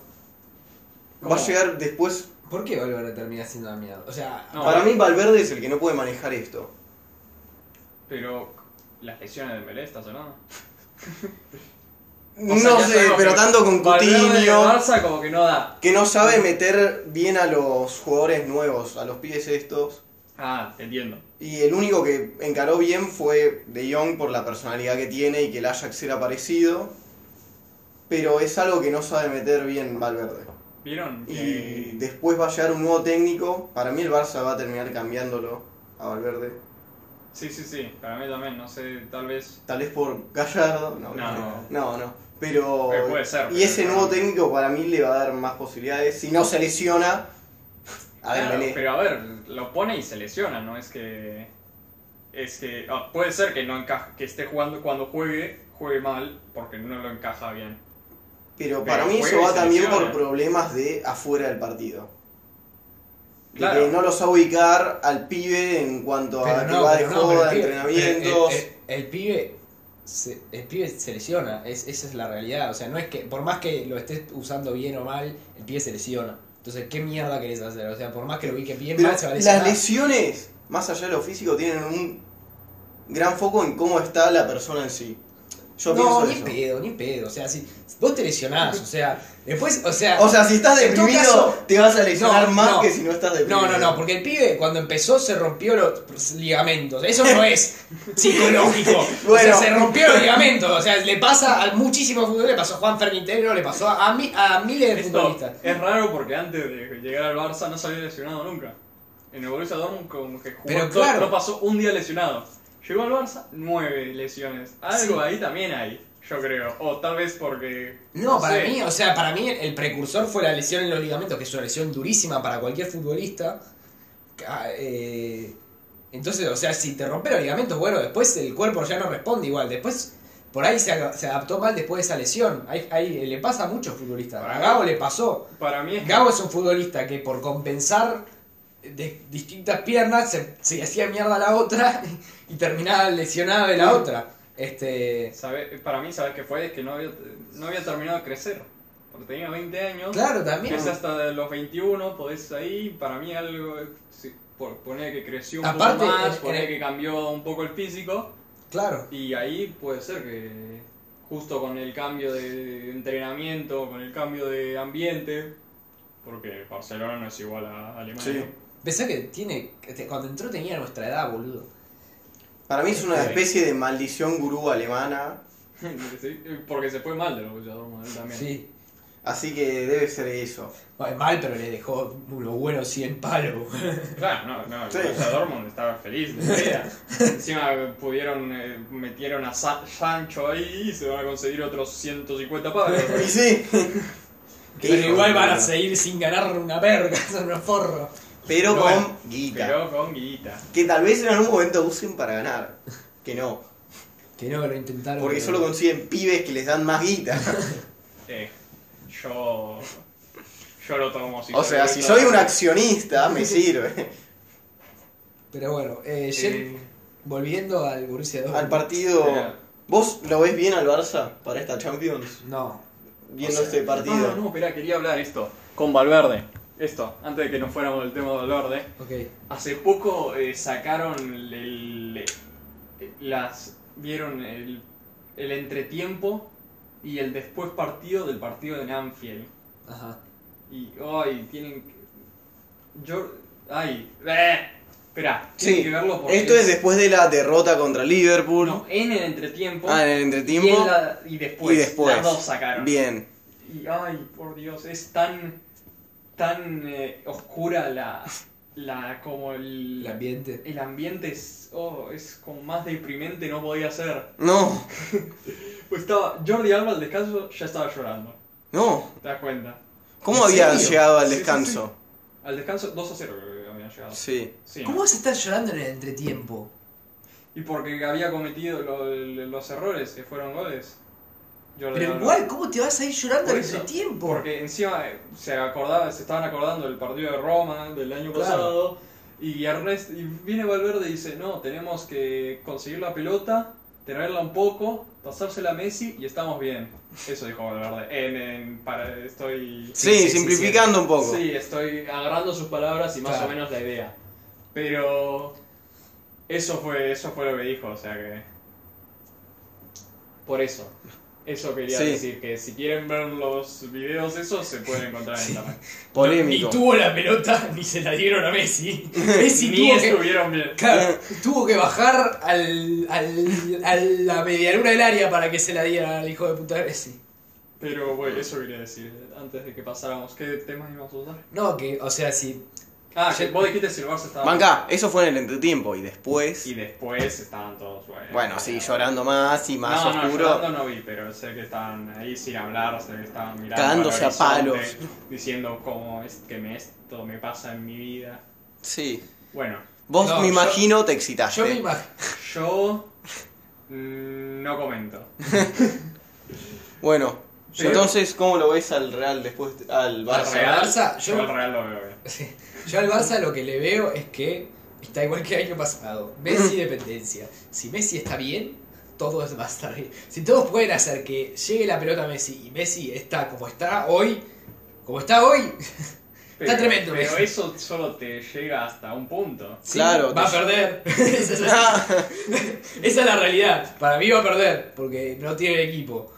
B: va a llegar después...
C: ¿Por qué Valverde termina siendo una mierda? O sea,
D: No,
B: Para mí Valverde es el que no puede manejar esto.
D: Pero las lesiones de Dembélé, ¿estás o no?
B: No
D: O sea, ya
B: sé,
D: sabemos
B: pero
D: que
B: tanto con
D: Valverde en el
B: Coutinho,
D: Barça como que no da.
B: que no sabe meter bien a los jugadores nuevos, a los pies estos.
D: Ah, te entiendo.
B: Y el único que encaró bien fue De Jong por la personalidad que tiene y que el Ajax era parecido. Pero es algo que no sabe meter bien Valverde.
D: ¿Vieron?
B: Y
D: que-
B: después va a llegar un nuevo técnico. Para mí el Barça va a terminar cambiándolo a Valverde.
D: Sí, sí, sí. Para mí también, no sé, tal vez...
B: Tal vez por Gallardo. No,
D: No.
B: no, no. no. Pero...
D: Pero puede ser,
B: y
D: pero
B: ese
D: no.
B: nuevo técnico para mí le va a dar más posibilidades. Si no se lesiona a
D: Claro,
B: Dembélé.
D: pero a ver, lo pone y se lesiona, no es que es que ah, puede ser que no encaje, que esté jugando cuando juegue juegue mal porque no lo encaja bien.
B: Pero
D: Pero
B: para mí eso
D: juega y
B: va
D: se
B: también
D: lesiona.
B: por problemas de afuera del partido. De
D: Claro.
B: que no los va a ubicar al pibe en cuanto
C: Pero
B: a que
C: no,
B: va de
C: pero no, pero
B: joda,
C: el pibe- eh,
B: entrenamientos.
C: El, el- el pibe se, el pibe se lesiona, es, esa es la realidad. O sea, no es que, por más que lo estés usando bien o mal, el pibe se lesiona. Entonces, ¿qué mierda querés hacer? O sea, por más que lo ubiques bien,
B: Pero
C: mal se va a lesionar.
B: las lesiones, más allá de lo físico, tienen un gran foco en cómo está la persona en sí. Yo
C: no,
B: pienso
C: ni
B: eso.
C: pedo, ni pedo. O sea, si vos te lesionás, o sea, después, o sea.
B: O sea, si estás
C: En todo
B: deprimido,
C: caso-
B: te vas a lesionar
C: No,
B: más
C: no.
B: que si no estás deprimido.
C: no, no, no, porque el pibe cuando empezó se rompió los ligamentos. Eso no es psicológico.
B: Bueno.
C: O sea, se rompió los ligamentos. O sea, le pasa a muchísimos futbolistas. Le pasó a Juan Fernitero, le pasó a, mi- a miles de
D: Esto
C: futbolistas.
D: es raro porque antes de llegar al Barça no salió lesionado nunca. En el Borussia Dortmund como que jugó
C: Pero
D: todo-
C: claro.
D: no pasó un día lesionado. Llegó al Barça nueve lesiones. Algo
C: Sí.
D: ahí también hay, yo creo. O tal vez porque
C: No, para
D: sé.
C: mí, o sea, para mí el precursor fue la lesión en los ligamentos, que es una lesión durísima para cualquier futbolista. Ca- Ah, eh, Entonces, o sea, si te rompe los ligamentos, bueno, después el cuerpo ya no responde igual. Después, por ahí se, aga- se adaptó mal después de esa lesión. Ahí, ahí le pasa a muchos futbolistas. A Gabo le pasó.
D: Para mí es
C: Gabo es un futbolista que por compensar de distintas piernas se, se hacía mierda la otra y terminaba lesionado de la otra. Este,
D: Sabe- para mí, ¿sabes qué fue? Es que no había, no había terminado de crecer. Porque tenía 20 años.
C: claro, también.
D: Es hasta los 21, podés ahí. Para mí, algo. eh, sí, por poner que creció un
C: Aparte, eh,
D: poco más,
C: en-
D: poner
C: en-
D: que cambió un poco el físico.
C: Claro.
D: Y ahí puede ser que, justo con el cambio de entrenamiento, con el cambio de ambiente. Porque Barcelona no es igual a Alemania.
C: Pensá que tiene. este, Cuando entró tenía nuestra edad, boludo.
B: Para mí es una
D: Sí.
B: especie de maldición gurú alemana,
D: Sí, Porque se fue mal de los boxeadores también.
C: Sí.
B: así que debe ser eso.
C: Bueno, Mal, pero le dejó unos buenos 100 palos.
D: Claro, no, no, el
B: Sí.
D: Borussia Dortmund estaba feliz de la vida. Encima pudieron, eh, metieron a Sa- Sancho ahí y se van a conseguir otros 150 pavos.
B: Y sí. Qué
C: Pero
B: hijo
C: igual
B: de
C: van a
B: puta.
C: seguir sin ganar una verga, son unos forros.
B: Pero
D: Pero
B: con
D: bueno,
B: guita.
D: Pero con guita.
B: Que tal vez en algún momento usen para ganar. Que no.
C: Que no, que lo intentaron.
B: Porque
C: pero-
B: solo consiguen pibes que les dan más guita.
D: Eh, yo. Yo lo tomo si
B: O sea, si soy un accionista, me sirve.
C: Pero bueno, eh, Jen-
D: Eh,
C: volviendo al Borussia Dortmund.
B: Al partido.
D: Mira.
B: ¿Vos lo ves bien al Barça para esta Champions?
C: No.
B: Viendo
C: O sea,
B: este partido.
D: Ah, No, no, espera, quería hablar esto. Con Valverde. Esto, antes de que nos fuéramos del tema de Valverde.
C: Ok.
D: Hace poco eh, sacaron el, el- las vieron el, el entretiempo y el después partido del partido de Anfield.
C: Ajá.
D: Y ay, tienen que- yo ay, eh, espera, tienen
B: Sí,
D: que verlo porque
B: Esto es después de la derrota contra Liverpool.
D: no, en el entretiempo
B: Ah, en el
D: y,
B: entretiempo.
D: en la- y después,
B: y después.
D: las dos sacaron.
B: Bien.
D: Y ay, por Dios, es tan tan eh, oscura la la como el
C: El ambiente.
D: el ambiente es, oh, es como más deprimente, no podía ser.
B: No,
D: Pues estaba Jordi Alba al descanso, ya estaba llorando.
B: no.
D: ¿Te das cuenta?
B: ¿Cómo
C: ¿En
B: habían
C: serio?
B: llegado al
D: Sí, sí,
B: descanso?
D: Al descanso 2 a 0 creo que habían llegado.
B: Sí.
D: Sí, ¿no?
C: ¿Cómo vas a estar llorando en el entretiempo?
D: Y porque había cometido lo- los errores que fueron goles. Jordi
C: Pero
D: Alba.
C: igual, ¿cómo te vas a ir llorando
D: Por
C: al
D: eso,
C: entretiempo?
D: Porque encima eh, se acordaba, se estaban acordando del partido de Roma del año
C: Claro.
D: pasado. Y Ernest y viene Valverde y dice, no, tenemos que conseguir la pelota, tenerla un poco, pasársela a Messi y estamos bien. Eso dijo Valverde. En, en- para, estoy.
B: Sí,
C: Sí, sí,
B: simplificando un poco.
D: Sí, estoy agarrando sus palabras y más
C: Claro.
D: o menos la idea. Pero eso fue, eso fue lo que dijo, o sea que. Por eso. Eso quería
B: Sí.
D: decir, que si quieren ver los videos esos se pueden encontrar en internet.
B: Polémico.
C: Ni tuvo la pelota, ni se la dieron a Messi. Messi
D: Ni
C: tuvo que
D: estuvieron bien.
C: Claro, tuvo que bajar al, al- a la medialuna del área para que se la diera al hijo de puta de Messi.
D: Pero bueno, eso quería decir, antes de que pasáramos. ¿Qué temas íbamos a usar?
C: No, que, o sea, si.
D: Ah, que vos dijiste si el Barça estaba.
B: Banca, eso fue en el entretiempo. Y después.
D: Y después estaban todos, bueno.
B: Bueno, sí, llorando más y más
D: no,
B: oscuro.
D: No, llorando no vi, pero sé que estaban ahí sin hablar, sé que estaban mirando.
B: Cagándose
D: al
B: a palos.
D: horizonte, Diciendo cómo es que me, esto me pasa en mi vida.
B: Sí.
D: Bueno,
B: Vos
C: No,
B: me
C: yo-
B: imagino te
C: Yo me
B: excitaste.
C: imagino.
D: yo. mm, No comento.
B: bueno,
D: Yo-
B: entonces, ¿cómo lo ves al Real después? Al
D: Al
B: Barça.
C: Real. Barça, yo-
D: yo. al Real lo veo bien.
C: Yo al Barça lo que le veo es que está igual que el año pasado. Messi dependencia. Si Messi está bien, todo es- va a estar bien. Si todos pueden hacer que llegue la pelota a Messi y Messi está como está hoy, como está hoy, Está tremendo,
D: Pero
C: Messi.
D: eso solo te llega hasta un punto.
C: sí,
B: Claro,
C: va a
B: te-
C: perder. Esa es la-
B: Ah,
C: Esa es la realidad. Para mí va a perder, porque no tiene equipo.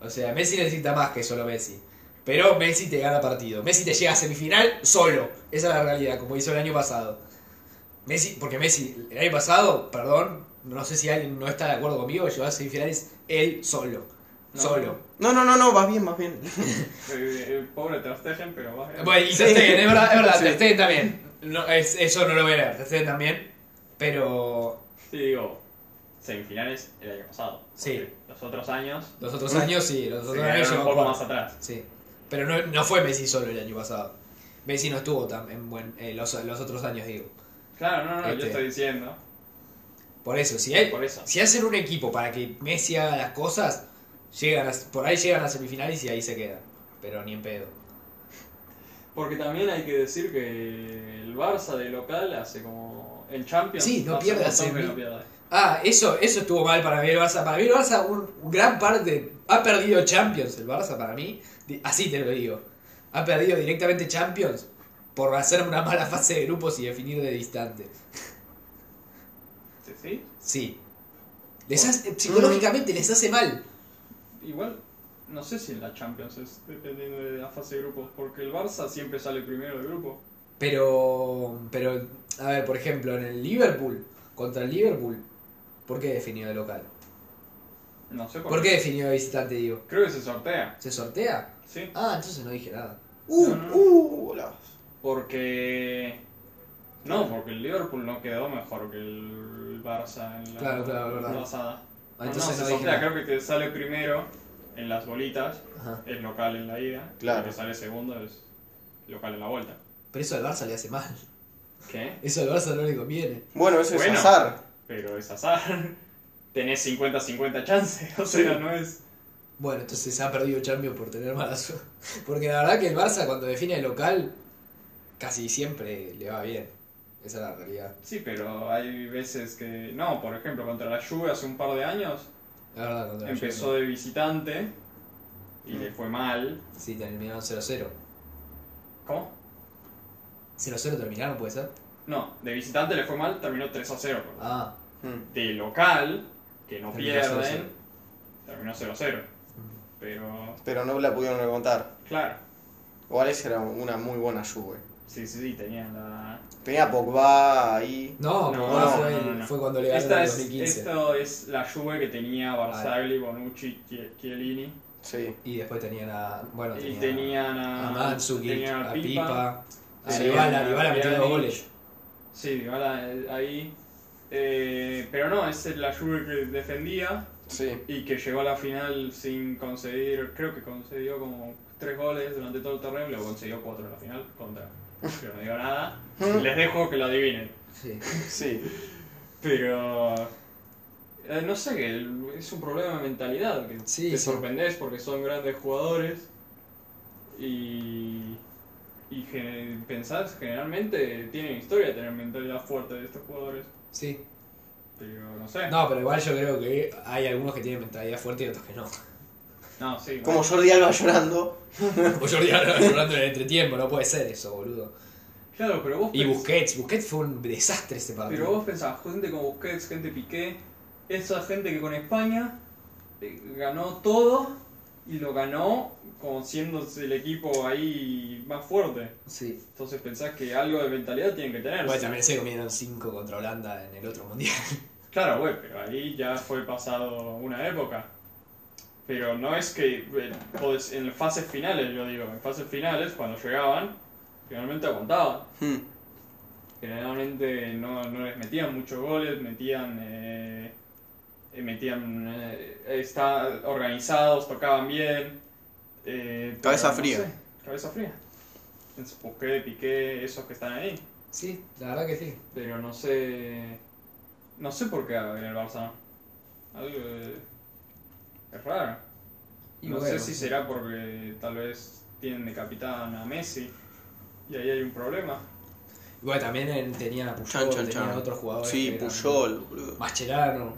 C: O sea, Messi necesita más que solo Messi. Pero Messi te gana partido. Messi te llega a semifinal solo. Esa es la realidad, como hizo el año pasado. Messi, porque Messi, el año pasado, perdón, no sé si alguien no está de acuerdo conmigo, llegó a semifinales él solo.
D: No.
C: Solo.
B: no, no, no, no, vas bien, vas bien.
D: Eh, eh, Pobre Ter Stegen, pero va bien.
C: Bueno, y Ter Stegen, es verdad, es verdad, Ter Stegen también. No, es- eso no lo voy a negar, Ter Stegen también. Pero
D: Sí, digo, semifinales el año pasado.
C: Sí.
D: Porque Los otros años.
C: los otros años sí, los
D: Se
C: otros años llegó
D: quedaron Mm. un
C: a
D: poco
C: jugar.
D: más atrás.
C: Sí. Pero no, no fue Messi solo el año pasado. Messi no estuvo tan en buen, eh, los, los otros años, digo.
D: Claro, no, no,
C: Este.
D: yo estoy diciendo.
C: Por eso, si, hay,
D: Por eso.
C: si hacen un equipo para que Messi haga las cosas, llegan a- por ahí llegan a semifinales y ahí se quedan. Pero ni en pedo.
D: Porque también hay que decir que el Barça de local hace como. En Champions.
C: Sí, no
D: hace
C: pierde
D: un montón
C: hace
D: que
C: mil-
D: no pierde.
C: Ah, eso, eso estuvo mal para mí el Barça. Para mí el Barça, un, un gran parte. Ha perdido Champions el Barça para mí. Di- Así te lo digo. Ha perdido directamente Champions por hacer una mala fase de grupos y definir de distante.
D: Sí, sí.
C: Sí. Les hace- psicológicamente les hace mal.
D: Igual, no sé si en la Champions es dependiendo de la fase de grupos, porque el Barça siempre sale primero de grupo.
C: Pero, pero, a ver, por ejemplo, en el Liverpool, contra el Liverpool, ¿por qué definió de local?
D: No sé por,
C: ¿Por qué definió de visitante, digo?
D: Creo que se sortea,
C: ¿Se sortea?
D: ¿sí?
C: Ah, entonces no dije nada.
B: Uh,
D: No, no, no.
B: uh, bolas.
D: Porque. No, porque el Liverpool no quedó mejor que el Barça en la
C: Claro, claro, verdad.
D: pasada.
C: Ah,
D: No,
C: entonces
D: no,
C: no
D: se
C: dije
D: sortea,
C: nada.
D: creo que te sale primero en las bolitas,
C: Ajá.
D: el local en la ida.
B: Claro.
D: Y te sale segundo, es local en la vuelta.
C: Pero eso al Barça le hace mal.
D: ¿Qué?
C: Eso al Barça no le conviene.
B: Bueno, eso
D: Bueno.
B: es azar.
D: Pero es azar. Tenés 50-50 chances, o sea, no es.
C: Bueno, entonces ha perdido Champions por tener mala suerte. Porque la verdad que el Barça cuando define el local, casi siempre le va bien. Esa es la realidad.
D: Sí, pero hay veces que. No, por ejemplo, contra la Juve hace un par de años
C: La verdad, contra la Mm.
D: empezó de visitante y le fue mal.
C: Juve. Sí, terminaron 0-0.
D: ¿Cómo?
C: 0-0 terminaron, puede ser.
D: No, de visitante le fue mal, terminó 3 a 0. perdón.
C: Ah,
B: Mm.
D: De local, que no
C: Terminó 0-0.
D: pierden, terminó 0 a 0.
C: Mm.
D: Pero,
B: Pero no la pudieron remontar.
D: claro,
B: Igual esa era una muy buena Juve.
D: sí, sí, sí, tenían la.
B: Tenía Pogba ahí.
C: No,
D: No,
C: Pogba
B: no,
C: fue,
D: no, no, no.
C: fue cuando le ganaron
D: Esta
C: en
D: es,
C: 2015.
D: esto es la Juve que tenía Barzagli, Bonucci, Chie- Chiellini.
B: Sí.
C: Y después tenían a. Bueno,
D: Y
C: tenía
D: tenían
C: a
D: a.
C: Mandzukic,
D: tenían
C: a Pipa, a
D: Sí,
C: Rivala.
D: a
C: Rivala metió dos
D: Pjanic.
C: goles.
D: Sí, Dybala eh, ahí. Eh, pero no, es la Juve que defendía
B: Sí.
D: y que llegó a la final sin conseguir, creo que concedió como tres goles durante todo el torneo y luego consiguió cuatro en la final contra. Pero no digo nada. Les dejo que lo adivinen.
C: Sí.
B: Sí.
D: Pero... eh, no sé, que el- es un problema de mentalidad. Que
C: Sí,
D: te
C: sí.
D: sorprendés porque son grandes jugadores y... Y gen- pensás, generalmente tienen historia de tener mentalidad fuerte de estos jugadores.
C: Sí.
D: Pero no sé.
C: No, pero igual yo creo que hay algunos que tienen mentalidad fuerte y otros que no.
D: No, sí.
B: Como Jordi Alba llorando.
C: Como Jordi Alba llorando en el entretiempo, no puede ser eso, boludo.
D: Claro, pero vos
C: Y
D: pens-
C: Busquets, Busquets fue un desastre ese partido.
D: Pero vos pensás, gente como Busquets, gente Piqué, esa gente que con España eh, ganó todo y lo ganó como siendo el equipo ahí más fuerte.
C: Sí.
D: Entonces pensás que algo de mentalidad tienen que tener.
C: Bueno, también se comieron 5 contra Holanda en el otro mundial.
D: Claro, güey, pero ahí ya fue pasado una época. Pero no es que eh, podés- en fases finales, yo digo, en fases finales, cuando llegaban, generalmente aguantaban.
B: Mm.
D: generalmente no, no les metían muchos goles, metían eh, eh, metían eh, está- organizados, tocaban bien. eh, pero
B: Cabeza
D: no
B: fría.
D: sé, cabeza fría. Entonces, Busqué, Piqué, esos que están ahí.
C: Sí, la verdad que sí.
D: Pero no sé. No sé por qué en el Barça. Algo de- es raro.
C: Y
D: no sé
C: bueno,
D: si
C: sí.
D: será porque tal vez tienen de capitán a Messi y ahí hay un problema.
C: Y bueno, también en- tenían a Puyol,
B: Chan, chan,
C: tenían
B: chan.
C: a otros jugadores.
B: Sí,
C: que eran-
B: Puyol, boludo.
C: Mascherano.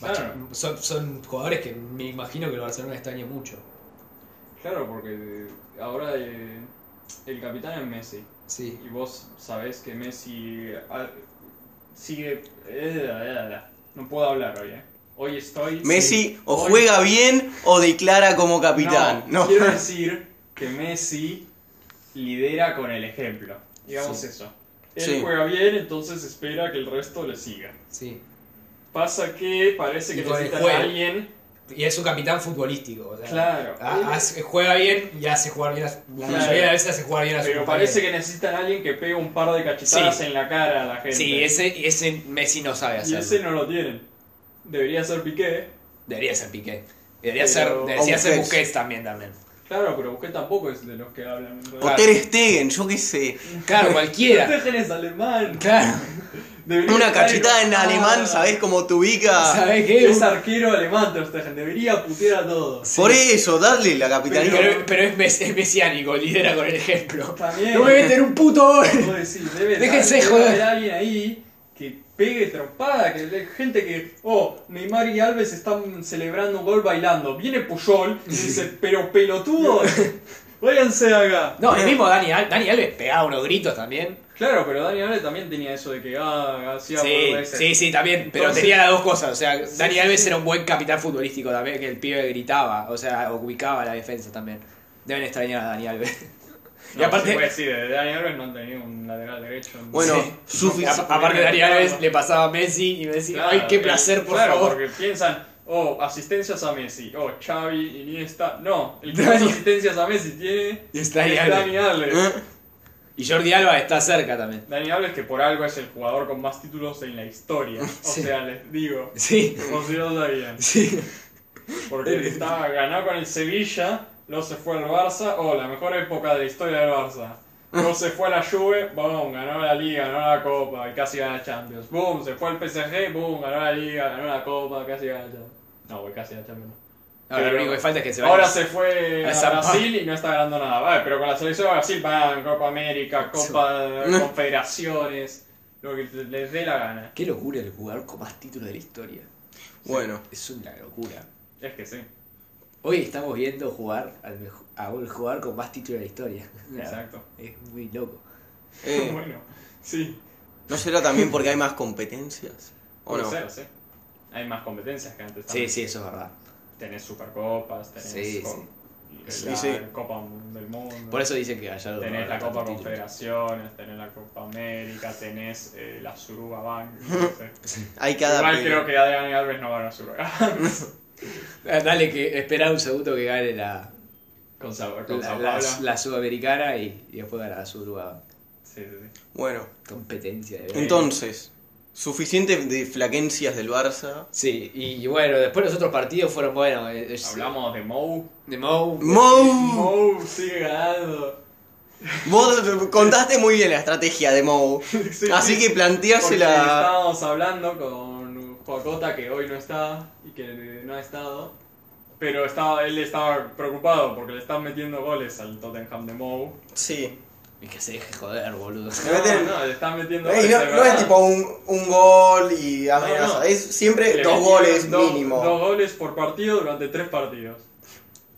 D: Claro.
C: Mache- Son, son jugadores que me imagino que el Barcelona extraña mucho.
D: Claro, porque ahora eh, el capitán es Messi.
C: Sí.
D: Y vos sabés que Messi ah, sigue... eh, la, la, la. No puedo hablar hoy, ¿eh? Hoy estoy...
B: Messi o
D: Hoy-
B: juega bien o declara como capitán.
D: No,
B: No.
D: Quiero decir que Messi lidera con el ejemplo. Digamos
C: Sí.
D: eso. Él
B: Sí.
D: juega bien, entonces espera que el resto le siga.
C: Sí.
D: Pasa que parece
C: Y
D: que
C: con el
D: necesitan
C: juego.
D: a alguien...
C: Y es un capitán futbolístico. o sea,
D: Claro.
C: ha- hace- juega bien y hace jugar bien a su- La
D: Claro.
C: mayoría de las veces hace jugar bien a su
D: Pero parece que necesitan a alguien que pegue un par de cachetadas en la cara a la gente.
C: Sí, ese, ese Messi no sabe
D: Y
C: hacerlo.
D: ese no lo tienen. Debería ser Piqué.
C: Debería ser Piqué. Debería ser,
D: Pero-
C: debería
B: O
C: ser
B: Busquets.
C: Busquets también, también.
D: Claro, pero Busquets tampoco es de los que hablan. en realidad.
B: O Ter Stegen, yo qué sé.
C: Claro, cualquiera.
D: Stegen es alemán.
C: Claro.
D: Debería
B: Una
D: estar Ah,
B: cachetada en alemán, ¿sabés cómo te ubica?
C: ¿Sabes qué?
D: Es arquero alemán Ter Stegen, debería putear a todos.
B: Por eso, darle la capitalidad.
C: Pero, pero es, mes- es mesiánico, lidera con el ejemplo.
D: También.
C: No me meten un puto gol.
D: Vos decís, debe de
C: Déjense
D: haber-
C: joder.
D: debe haber alguien ahí que pegue trompada, que le- gente que, oh, Neymar y Alves están celebrando un gol bailando. Viene Puyol y dice, pero pelotudo, váyanse de acá.
C: No, el mismo Dani, Al- Dani Alves pegaba unos gritos también.
D: Claro, pero Dani Alves también tenía eso de que, ah, hacía
C: Sí,
D: boludeces.
C: sí, sí, también. Pero
D: Entonces-
C: tenía las dos cosas. O sea, Dani Alves era un buen capitán futbolístico también, que el pibe gritaba, o sea, ubicaba la defensa también. Deben extrañar a Dani Alves.
D: No,
C: y aparte,
D: se puede decir, de Dani Alves no tenía un lateral derecho.
B: Bueno,
C: Sí.
B: sufici-
C: a- aparte Dani Alves le pasaba a Messi y me decía,
D: Claro,
C: ay, qué
D: que-
C: placer, por
D: claro,
C: favor.
D: porque piensan, oh, asistencias a Messi, oh, Xavi, Iniesta. No, el que
C: Dani-
D: más asistencias a Messi tiene
C: Y es Dani Alves.
D: Dani Alves.
B: ¿Eh?
C: Y Jordi Alba está cerca también.
D: Dani Alves que por algo es el jugador con más títulos en la historia. O
C: Sí.
D: sea, les digo,
C: Sí,
D: por si no sabían.
C: sí.
D: Porque estaba ganado con el Sevilla, luego se fue al Barça, oh, la mejor época de la historia del Barça. Luego se fue a la Juve, boom, ganó la Liga, ganó la Copa y casi gana Champions. Boom, se fue al PSG, boom, ganó la Liga, ganó la Copa, casi gana Champions. No, güey, casi gana Champions. no.
C: Ahora lo único que Ah, falta es que se vaya.
D: Ahora se fue
C: a
D: a
C: San Pablo.
D: Brasil y no está ganando nada. Vale, pero con la selección de Brasil van Copa América, Copa
B: Sí.
D: Confederaciones, lo que les dé la gana.
C: Qué locura el jugador con más títulos de la historia.
B: Bueno,
C: Es una locura.
D: Es que sí,
C: Hoy estamos viendo jugar al mejo- a un jugador con más títulos de la historia.
D: exacto.
C: Es muy loco.
B: eh,
D: Bueno, sí,
B: ¿no será también porque hay más competencias? ¿O
D: puede
B: no?
D: ser, sí. Hay más competencias que antes.
C: Sí,
D: también.
C: sí, eso es verdad.
D: Tenés supercopas, tenés
C: Sí,
D: co-
C: sí.
D: la
B: Sí, sí.
D: Copa del Mundo.
C: Por eso dicen que Gallardo
D: Tenés
C: roba
D: la
C: tantos
D: Copa
C: títulos.
D: Confederaciones, tenés la Copa América, tenés eh, la Suruga Bank. no sé.
B: Hay que
D: Igual creo
B: adaptar.
D: que Adrián Alves no va a la Suruga.
C: Ah, Dale, que espera un segundo que gane la,
D: Con sabor, con
C: la,
D: sabor.
C: la- la sudamericana y, y después gana la suruga.
D: Sí, sí, sí.
B: Bueno,
C: Competencia de
D: Eh,
C: verdad.
B: entonces, suficiente de flaquencias del Barça.
C: Sí, y, y bueno, después los otros partidos fueron buenos. eh, es-
D: Hablamos de Mou.
C: De Mou.
B: Mou,
D: Mou Oh, sigue ganando.
B: vos contaste muy bien la estrategia de Mou.
D: Sí,
B: Así
D: sí.
B: que
D: Porque
B: planteásela.
D: Estábamos hablando con Juacota que hoy no está y que no ha estado. Pero estaba, él estaba preocupado porque le están metiendo goles al Tottenham de Mou.
B: Sí.
C: Y que se deje joder, boludo.
B: Le meten-
D: No, no, le están metiendo
B: Ey,
D: goles.
B: no,
D: de
B: no
D: verdad.
B: es tipo un, un gol y amenaza,
D: No, no.
B: es
D: Le
B: siempre dos
D: metieron
B: goles
D: dos-
B: mínimo.
D: Dos goles por partido durante tres partidos.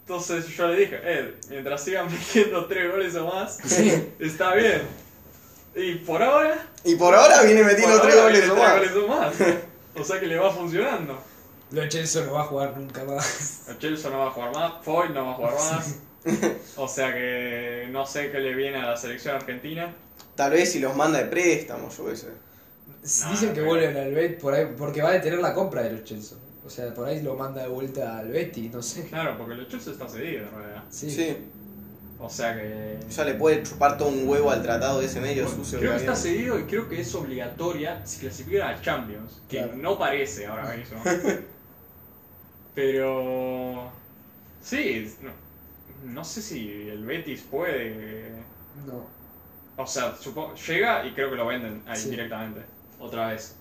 D: Entonces yo le dije, Ed, mientras sigan metiendo tres goles o más, está bien. Y por ahora,
B: Y por ahora viene metiendo
D: Por
B: tres
D: ahora
B: goles
D: viene
B: o más.
D: tres goles o más. O sea que le va funcionando.
C: Lo Chelsea no va a jugar nunca más.
D: A Chelsea no va a jugar más, Foy no va a jugar más. O sea que no sé qué le viene a la selección argentina.
B: Tal vez si los manda de préstamo, yo qué sé.
D: Dicen que vuelven
E: al Bet por ahí, porque va a detener la compra de los Chelsea. O sea, por ahí lo manda de vuelta al Betty, no sé.
D: Claro, porque el Chelsea está cedido en realidad.
E: Sí.
B: Sí,
D: O sea que.
B: ya le puede chupar todo un huevo al tratado de ese medio sucio.
D: Creo que
B: había.
D: está cedido y creo que es obligatoria si clasifican a Champions, que
E: Claro.
D: no parece ahora mismo. Pero. Sí, no, no sé si el Betis puede.
E: No.
D: O sea, supo- llega y creo que lo venden ahí
E: Sí.
D: directamente. Otra vez.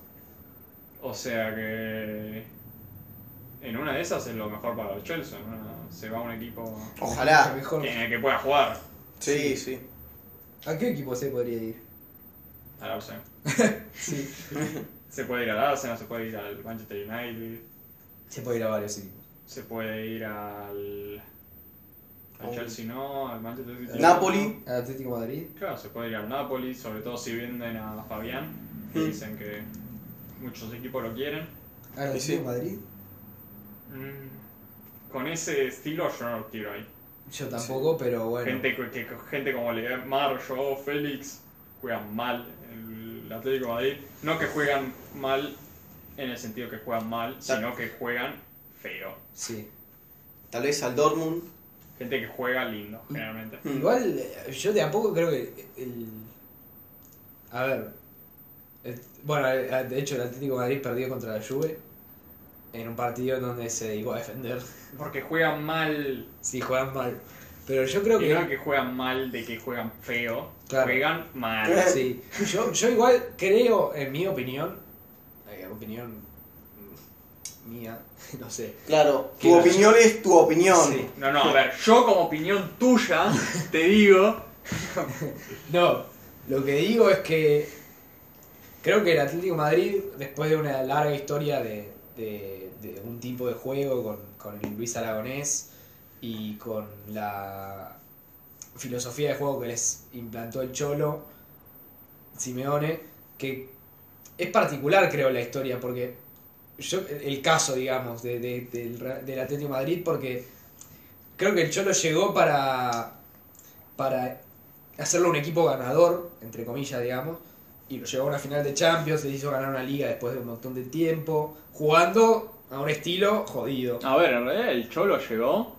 D: O sea que. En una de esas es lo mejor para el Chelsea. en una- Se va a un equipo
B: Ojalá.
E: Mejor.
D: en el que pueda jugar.
B: Sí, sí.
E: ¿A qué equipo se podría ir?
D: Al Arsenal.
E: Sí.
D: Se puede ir al Arsenal, se puede ir al Manchester United,
E: Se puede ir a varios equipos.
D: se puede ir al. Al
B: Oh.
D: Chelsea no, al Manchester City. no.
B: Napoli.
E: ¿Al Atlético de Madrid?
D: Claro, se puede ir al Napoli, sobre todo si venden a Fabián. que
B: Mm.
D: Dicen que muchos equipos lo quieren.
E: ¿Al
B: Y
E: Atlético
B: sí.
E: de Madrid?
D: Mm, Con ese estilo yo no lo quiero ahí.
E: Yo tampoco, pero bueno.
D: Gente, que, que- gente como Lemar, Joao, Félix juegan mal en el Atlético de Madrid. No que juegan mal en el sentido que juegan mal, sino que juegan feo.
E: Sí.
B: Tal vez al Dortmund.
D: Gente que juega lindo, generalmente.
B: Mm.
E: Igual, eh, yo tampoco creo que el... A ver. el- Bueno, el- de hecho el Atlético de Madrid perdió contra la Juve.
C: Mm.
E: En un partido en donde se dedicó a defender.
D: Porque juegan mal.
E: Sí, juegan mal.
C: Pero yo creo
A: Y
C: que.
A: no que juegan mal, de que juegan feo,
C: Claro.
A: juegan mal.
C: Sí. Yo, yo igual creo, en mi opinión, eh, opinión mm, mía, no sé.
B: Claro, tu
C: Claro.
B: opinión es tu opinión.
C: Sí.
A: No, no, a ver, yo como opinión tuya, te digo,
C: No, lo que digo es que creo que el Atlético de Madrid, después de una larga historia de, de- de un tipo de juego con, con Luis Aragonés y con la filosofía de juego que les implantó el Cholo, Simeone, que es particular creo la historia, porque yo, el caso, digamos, de- de- del, Re- del Atlético de Madrid, porque creo que el Cholo llegó para, para hacerlo un equipo ganador, entre comillas, digamos, y lo llevó a una final de Champions, le hizo ganar una liga después de un montón de tiempo, jugando a un estilo jodido.
A: a ver, en realidad el Cholo llegó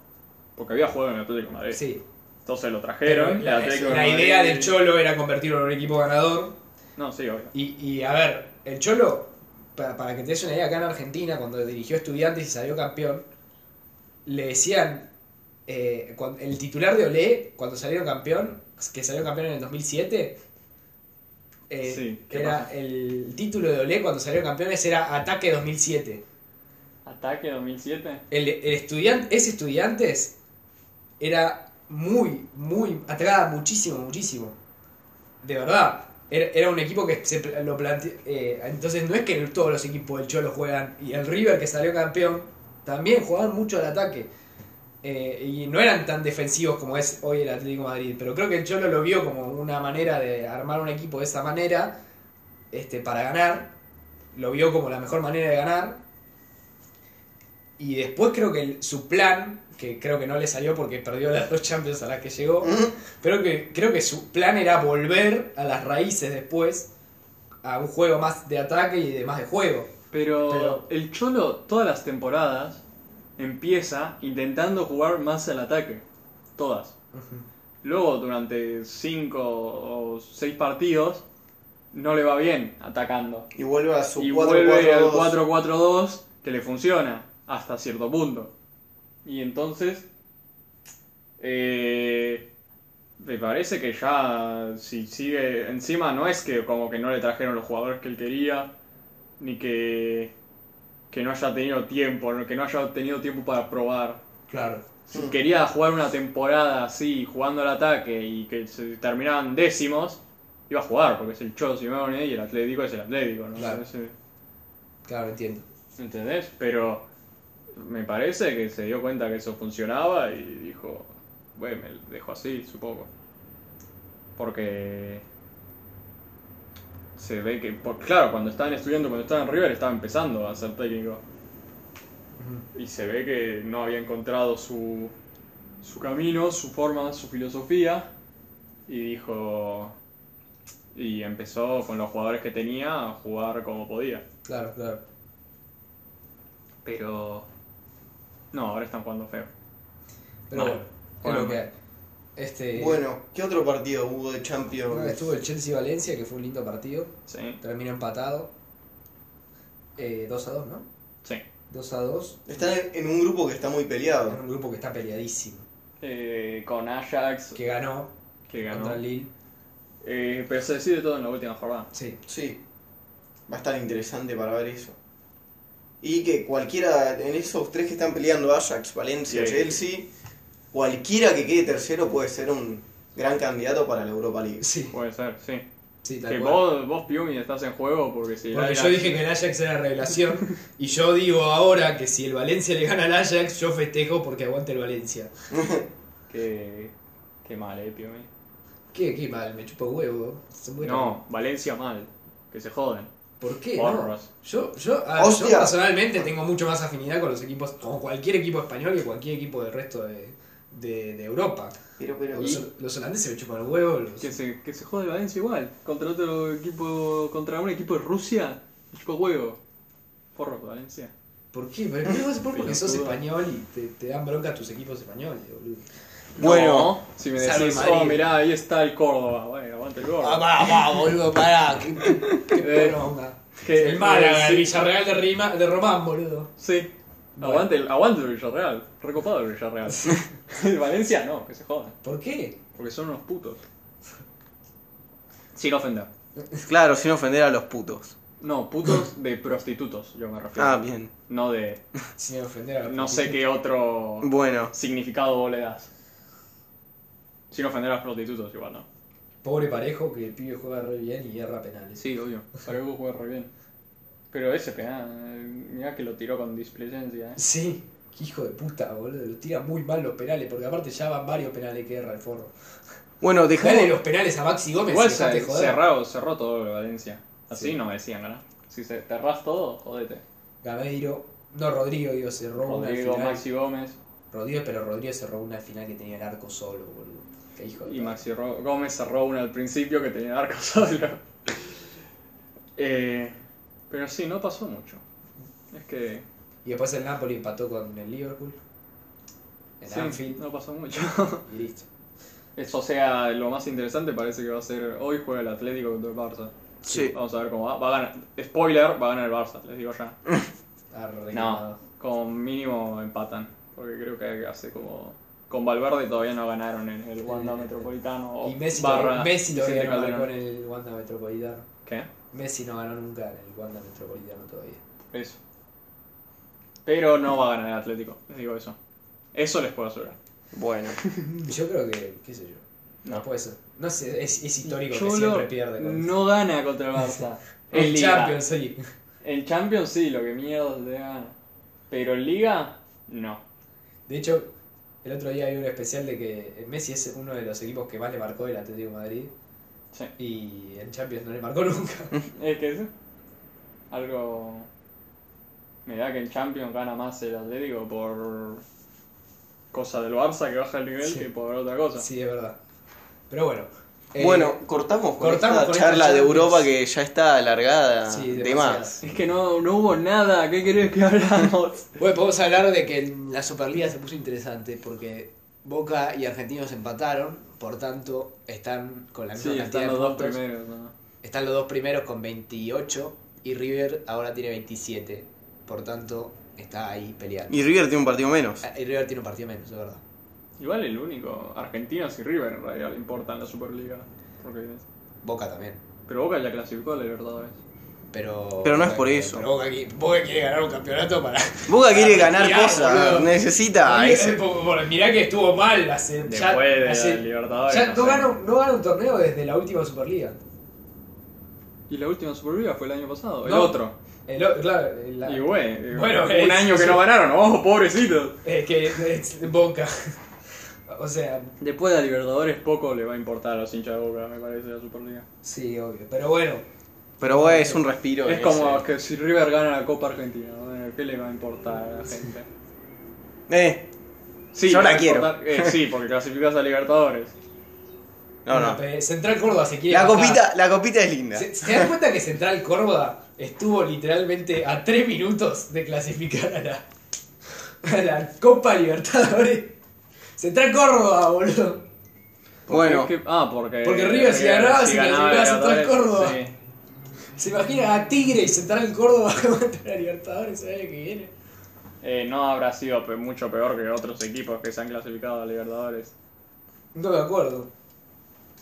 A: porque había jugado en el Atlético de Madrid.
C: Sí,
A: Entonces lo
C: pero
A: trajeron. el
C: la,
A: Atlético de
C: la
A: Madrid-
C: idea del Cholo era convertirlo en un equipo ganador.
A: No, sí, obvio.
C: Y, y, a ver, el Cholo, para, para que te des una idea, acá en Argentina, cuando dirigió Estudiantes y salió campeón, le decían, eh, cuan- el titular de Olé, cuando salieron campeón, que salió campeón en el 2007, eh,
A: Sí, ¿qué
C: era
A: pasa?
C: el título de Olé cuando salieron campeones era Ataque 2007.
A: Ataque 2007.
C: El, el estudiante, ese Estudiantes era muy, muy, atacaba muchísimo, muchísimo. De verdad. Era, era un equipo que se pla- lo planteó. entonces no es que todos los equipos del Cholo juegan. Y el River que salió campeón también jugaban mucho al ataque. Eh, y no eran tan defensivos como es hoy el Atlético de Madrid. Pero creo que el Cholo lo vio como una manera de armar un equipo de esa manera. Este, para ganar. Lo vio como la mejor manera de ganar. Y después creo que el- su plan, que creo que no le salió porque perdió las dos Champions a las que llegó, creo que, creo que su plan era volver a las raíces después a un juego más de ataque y de más de juego.
A: Pero,
C: Pero-
A: el Cholo todas las temporadas empieza intentando jugar más al ataque. Todas. Luego durante 5 o 6 partidos no le va bien atacando.
B: Y vuelve a su
A: y
B: 4
A: vuelve
B: 4
A: al 4-4-2 que le funciona hasta cierto punto. Y entonces eh, me parece que ya si sigue encima no es que como que no le trajeron los jugadores que él quería ni que que no haya tenido tiempo, que no haya tenido tiempo para probar.
C: Claro.
A: Si quería jugar una temporada así, jugando al ataque y que se terminaban décimos, iba a jugar, porque es el Cholo Simeone y el Atlético es el Atlético, ¿no?
C: Claro.
A: Ese-
C: Claro, entiendo.
A: ¿Entendés? Pero me parece que se dio cuenta que eso funcionaba y dijo, bueno, me dejo así, supongo. Porque se ve que, por- claro, cuando estaban estudiando, cuando estaban en River, estaba empezando a ser técnico. Y se ve que no había encontrado su, su camino, su forma, su filosofía. Y dijo... Y empezó con los jugadores que tenía a jugar como podía.
C: Claro, claro.
A: Pero. No, ahora están jugando feo.
C: Pero
A: Mal.
C: bueno, es
A: Bueno.
C: lo que hay. Este,
B: Bueno, ¿qué otro partido hubo de
C: una vez
B: Champions?
C: estuvo el Chelsea-Valencia, que fue un lindo partido.
A: Sí,
C: Termina empatado. Eh, 2 a 2, ¿no?
A: sí.
C: 2 a 2.
B: Están en- en un grupo que está muy
C: En
B: peleado.
C: un grupo que está peleadísimo.
A: Eh, con Ajax,
C: Que ganó,
A: que
C: contra
A: ganó.
C: el Lille.
A: Eh, pero se decide todo en la última jornada.
C: Sí.
B: Sí, va a estar interesante para ver eso. Y que cualquiera, en esos tres que están peleando, Ajax, Valencia,
A: Sí.
B: Chelsea, cualquiera que quede tercero puede ser un gran candidato para la Europa League.
C: Sí,
A: Puede ser, sí.
C: sí, tal
A: Que
C: cual.
A: vos, vos, Piumi, estás en juego porque si.
C: Porque
A: el
C: yo
A: Ajax-
C: dije que el Ajax era revelación y yo digo ahora que si el Valencia le gana al Ajax yo festejo porque aguante el Valencia.
A: Que. Qué mal, eh, Piumi.
C: Qué, qué mal, me chupa huevo. Se muere.
A: No, Valencia mal. Que se joden.
C: ¿Por qué? No.
A: Porros.
C: Yo, yo, a ver, yo
B: Hostia.
C: personalmente tengo mucho más afinidad con los equipos, con cualquier equipo español que cualquier equipo del resto de, de- de Europa.
B: Pero, pero,
C: Los, los holandeses me chupan el huevo. los-
A: Que se, que se jode Valencia igual. Contra otro equipo. Contra un equipo de Rusia. Chico huevo. Porros, Valencia.
C: ¿Por qué? Pero no vas a por porque sos
A: Pelotudo.
C: español y te, te dan bronca tus equipos españoles, boludo.
B: Bueno,
A: No, si me
C: salve
A: decís,
C: Madrid.
A: oh, mirá, ahí está el Córdoba. Bueno, aguante el Córdoba.
C: pará, pará, boludo, pará. Qué, qué
A: Eh,
C: poronga.
A: Que-
C: El Málaga,
A: sí,
C: el Villarreal de, Rima, de Román, boludo.
A: Sí,
C: Bueno.
A: Aguante, el, aguante el Villarreal. Recopado el Villarreal. el Valencia no, que se joda.
C: ¿Por qué?
A: Porque son unos putos. Sin ofender.
B: Claro, sin ofender a los putos.
A: No, putos de prostitutos, yo me refiero.
B: Ah, bien.
A: No de.
C: Sin ofender a los
A: No sé qué otro
B: Bueno.
A: significado vos le das. Sin ofender a los prostitutos, igual, ¿no?
C: Pobre parejo que el pibe juega re bien y erra penales.
A: Sí, obvio. Para que vos juegas re bien. Pero ese penal, mira que lo tiró con displicencia, ¿eh?
C: Sí, qué hijo de puta, boludo. Lo tira muy mal los penales, porque aparte ya van varios penales que erra el forro.
B: Bueno,
C: Dale
B: dejemos.
C: los penales a Maxi Gómez.
A: Igual
C: y
A: se,
C: dejate joder.
A: cerrado, cerró todo el Valencia. Así
C: Sí.
A: no me decían ganar. Si se cerrás todo, jodete.
C: Gameiro. No, Rodrigo, digo, cerró
A: Rodrigo,
C: una al final.
A: Maxi Gómez
C: Rodrigo, pero Rodrigo cerró una al final que tenía el arco solo, boludo. Qué hijo de
A: y
C: puta.
A: Maxi Ro- Gómez cerró una al principio que tenía arco solo. Eh, pero sí, no pasó mucho. Es que.
C: Y después el Napoli empató con el Liverpool. En
A: sí,
C: Anfield.
A: no pasó mucho.
C: Y listo.
A: Eso, o sea, lo más interesante parece que va a ser hoy juega el Atlético contra el Barça.
B: Sí.
A: Vamos a ver cómo va. Va a ganar. Spoiler, va a ganar el Barça, les digo ya.
C: Arre,
A: No, con mínimo empatan. Porque creo que hace como. Con Valverde todavía no ganaron en el Wanda Metropolitano. o
C: Y Messi,
A: barra
C: todavía- Messi todavía
A: Vicente
C: no ganó
A: Calderón.
C: con el Wanda Metropolitano.
A: ¿Qué?
C: Messi no ganó nunca en el Wanda Metropolitano todavía.
A: Eso. Pero no va a ganar el Atlético, les digo eso. Eso les puedo asegurar.
B: Bueno.
C: Yo creo que, qué sé yo. No,
A: No.
C: puede ser. No sé, es, es histórico que
A: Cholo
C: siempre pierde. Con
A: No gana contra el Barça. en
C: el
A: Liga.
C: Champions League.
A: En Champions sí, lo que mierda te gana. Pero en Liga, no.
C: De hecho, el otro día hay un especial de que Messi es uno de los equipos que más le marcó el Atlético de Madrid.
A: Sí.
C: Y en Champions no le marcó nunca.
A: Es que es algo. Me da que en Champions gana más el Atlético por cosa del Barça que baja el nivel
C: Sí.
A: que por otra cosa.
C: sí, es verdad. Pero bueno. eh,
B: bueno, cortamos con
C: cortamos
B: esta
C: con esta
B: charla de
C: Champions.
B: Europa que ya está alargada
C: Sí,
B: de
C: demasiado.
B: más.
A: Es que no, no hubo nada, ¿qué querés que hablamos?
C: Bueno, podemos hablar de que en la Superliga se puso interesante porque Boca y Argentinos empataron, por tanto están con la misma
A: sí,
C: cantidad
A: están los
C: de
A: dos
C: puntos.
A: primeros. ¿no?
C: Están los dos primeros con 28 y River ahora tiene 27, por tanto está ahí peleando.
B: Y River tiene un partido menos.
C: Ah, Y River tiene un partido menos, es verdad.
A: Igual el único, Argentinos y River en realidad le importan la Superliga. Porque...
C: Boca también. pero
A: Pero Boca ya clasificó a la Libertadores.
C: Pero,
B: Pero no es por
C: Boca-
B: eso.
C: pero Boca, qui- Boca quiere ganar un campeonato para.
B: Boca quiere
C: para
B: ganar
C: tirar, boludo.
B: cosas. Necesita.
C: Mirá-
B: Ah, ese-
C: por- por- Mirá que estuvo mal hace.
A: Después
C: ya-
A: de la
C: hace-
A: Libertadores.
C: ya
A: no
C: no
A: sé.
C: gana un- no gana un torneo desde la última Superliga.
A: Y la última Superliga fue el año pasado, el
C: No.
A: otro.
C: El o- claro, el- la-
A: Y güey, eh,
C: Bueno,
A: un
C: es-
A: año que no ganaron, ojo, pobrecitos.
C: eh, que es Boca. o sea,
A: Después de la Libertadores poco le va a importar a los hinchas de Boca, me parece, la Superliga.
C: sí, obvio. Pero bueno,
B: Pero bueno, es un respiro.
A: es
B: ese.
A: como que si River gana la Copa Argentina, ¿no? Eh, ¿qué le va a importar a la gente?
B: Eh,
A: Sí,
B: Yo
A: le va
B: la
A: a
B: quiero.
A: importar- eh, sí, porque clasificas a Libertadores.
B: no,
C: bueno,
B: no.
C: pe- Central Córdoba se quiere.
B: La
C: bajar.
B: copita, la copita es linda.
C: ¿Se, se dan cuenta que Central Córdoba estuvo literalmente a tres minutos de clasificar a la, a la Copa Libertadores? Central Córdoba, boludo.
A: Porque
B: Bueno,
A: es que- ah, porque.
C: Porque River si ganaba, se clasificaba a Central
A: Libertadores,
C: Córdoba. ¿Se imaginan a Tigre y Central Córdoba contra la Libertadores el año que viene?
A: sí. Eh, no habrá sido pe- mucho peor que otros equipos que se han clasificado a Libertadores.
C: No me acuerdo.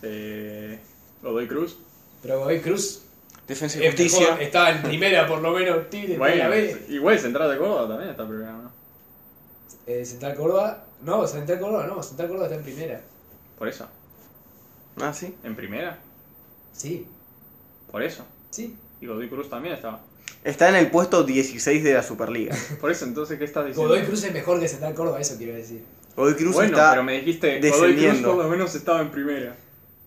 A: Eh, Godoy Cruz.
C: Pero Godoy Cruz
B: Defensa y
C: es
B: Justicia.
C: mejor, estaba en primera, por lo menos Tigre está en la
A: Bueno,
C: B.
A: y güey, Central de Córdoba también está primero, ¿no?
C: Eh, Central Córdoba, no, Central Córdoba no, Central Córdoba está en primera.
A: Por eso.
B: Ah, sí.
A: En primera.
C: Sí,
A: Por eso.
C: sí.
A: Y Godoy Cruz también estaba.
B: Está en el puesto 16 de la Superliga.
A: Por eso, entonces, ¿qué estás diciendo?
C: Godoy Cruz es mejor que Central Córdoba, eso quiero decir.
B: Hoy Cruz
A: bueno,
B: está.
A: pero me dijiste Godoy Cruz
B: descendiendo.
A: por lo menos estaba en primera.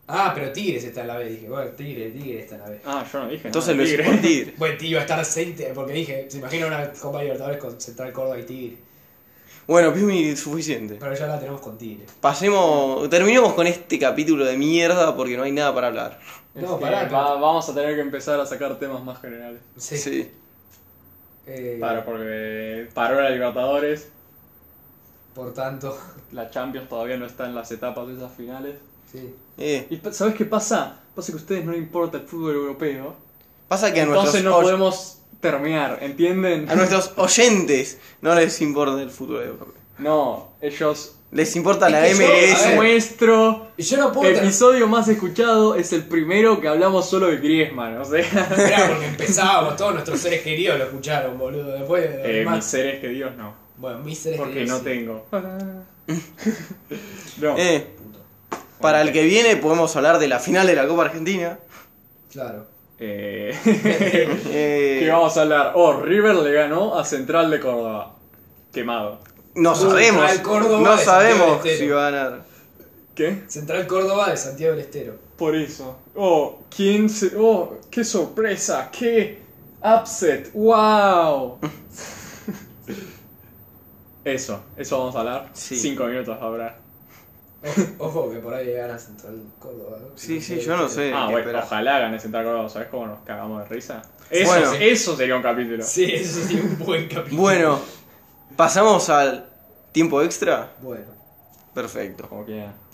C: Ah, pero Tigres está en la B, dije, bueno, Tigre, Tigre está en la B.
A: Ah, yo no dije.
B: Entonces
A: no,
B: lo hice por
A: Tigre.
B: Tigre.
C: Bueno, tío, iba a estar Cente, porque dije, se imagina una Copa Libertadores con Central Córdoba y Tigre.
B: Bueno, Pimi, suficiente.
C: Pero ya la tenemos con Tigre.
B: Pasemos. Terminemos con este capítulo de mierda porque no hay nada para hablar.
A: Es
C: No,
A: que
C: pará,
A: va-
C: pero-
A: vamos a tener que empezar a sacar temas más generales.
C: Sí.
B: Sí.
C: Eh,
A: Claro, porque paró la Libertadores,
C: Por tanto,
A: la Champions todavía no está en las etapas de esas finales.
C: sí.
B: Eh,
A: ¿Y pa- sabes qué pasa? Pasa que a ustedes no les importa el fútbol europeo.
B: Pasa que a
A: Entonces
B: nuestros
A: no
B: or-
A: podemos
F: termear, ¿entienden?
B: A nuestros oyentes no les importa el fútbol europeo.
F: No, ellos.
B: Les importa la
C: Es que yo- a ver,
B: MLS.
F: Nuestro
C: Y yo no puedo.
A: Eh,
F: episodio más escuchado es el primero que hablamos solo de Griezmann, o sea.
C: Era porque empezábamos, todos nuestros seres queridos lo escucharon, boludo. Después,
A: Eh,
C: más-
A: mis seres que Dios no.
C: Bueno, mis seres
A: Porque no
C: queridos. sí.
A: tengo. No.
B: Eh, para el que viene podemos hablar de la final de la Copa Argentina.
C: Claro.
A: Eh,
B: Eh,
A: que vamos a hablar. Oh, River le ganó a Central de Córdoba. Quemado.
B: no sabemos.
C: Central Córdoba
B: No
C: de
B: sabemos
C: Santiago del
B: si
C: Estero.
B: va a ganar.
A: ¿Qué?
C: Central Córdoba de Santiago del Estero.
A: Por eso. Oh, 15. Oh, qué sorpresa. Qué upset. Wow. Eso, eso vamos a hablar.
B: Sí.
A: Cinco minutos ahora.
C: Ojo- Ojo que por ahí gana Central Córdoba. ¿no?
B: Sí, sí, yo no sé.
A: Ah,
B: qué
A: bueno,
B: esperar.
A: ojalá gane Central Córdoba. ¿Sabes cómo nos cagamos de risa? Eso,
B: Bueno.
A: eso sería un capítulo.
C: Sí, eso sí, un buen capítulo.
B: Bueno, pasamos al tiempo extra.
C: Bueno.
B: Perfecto.
A: Como quieran.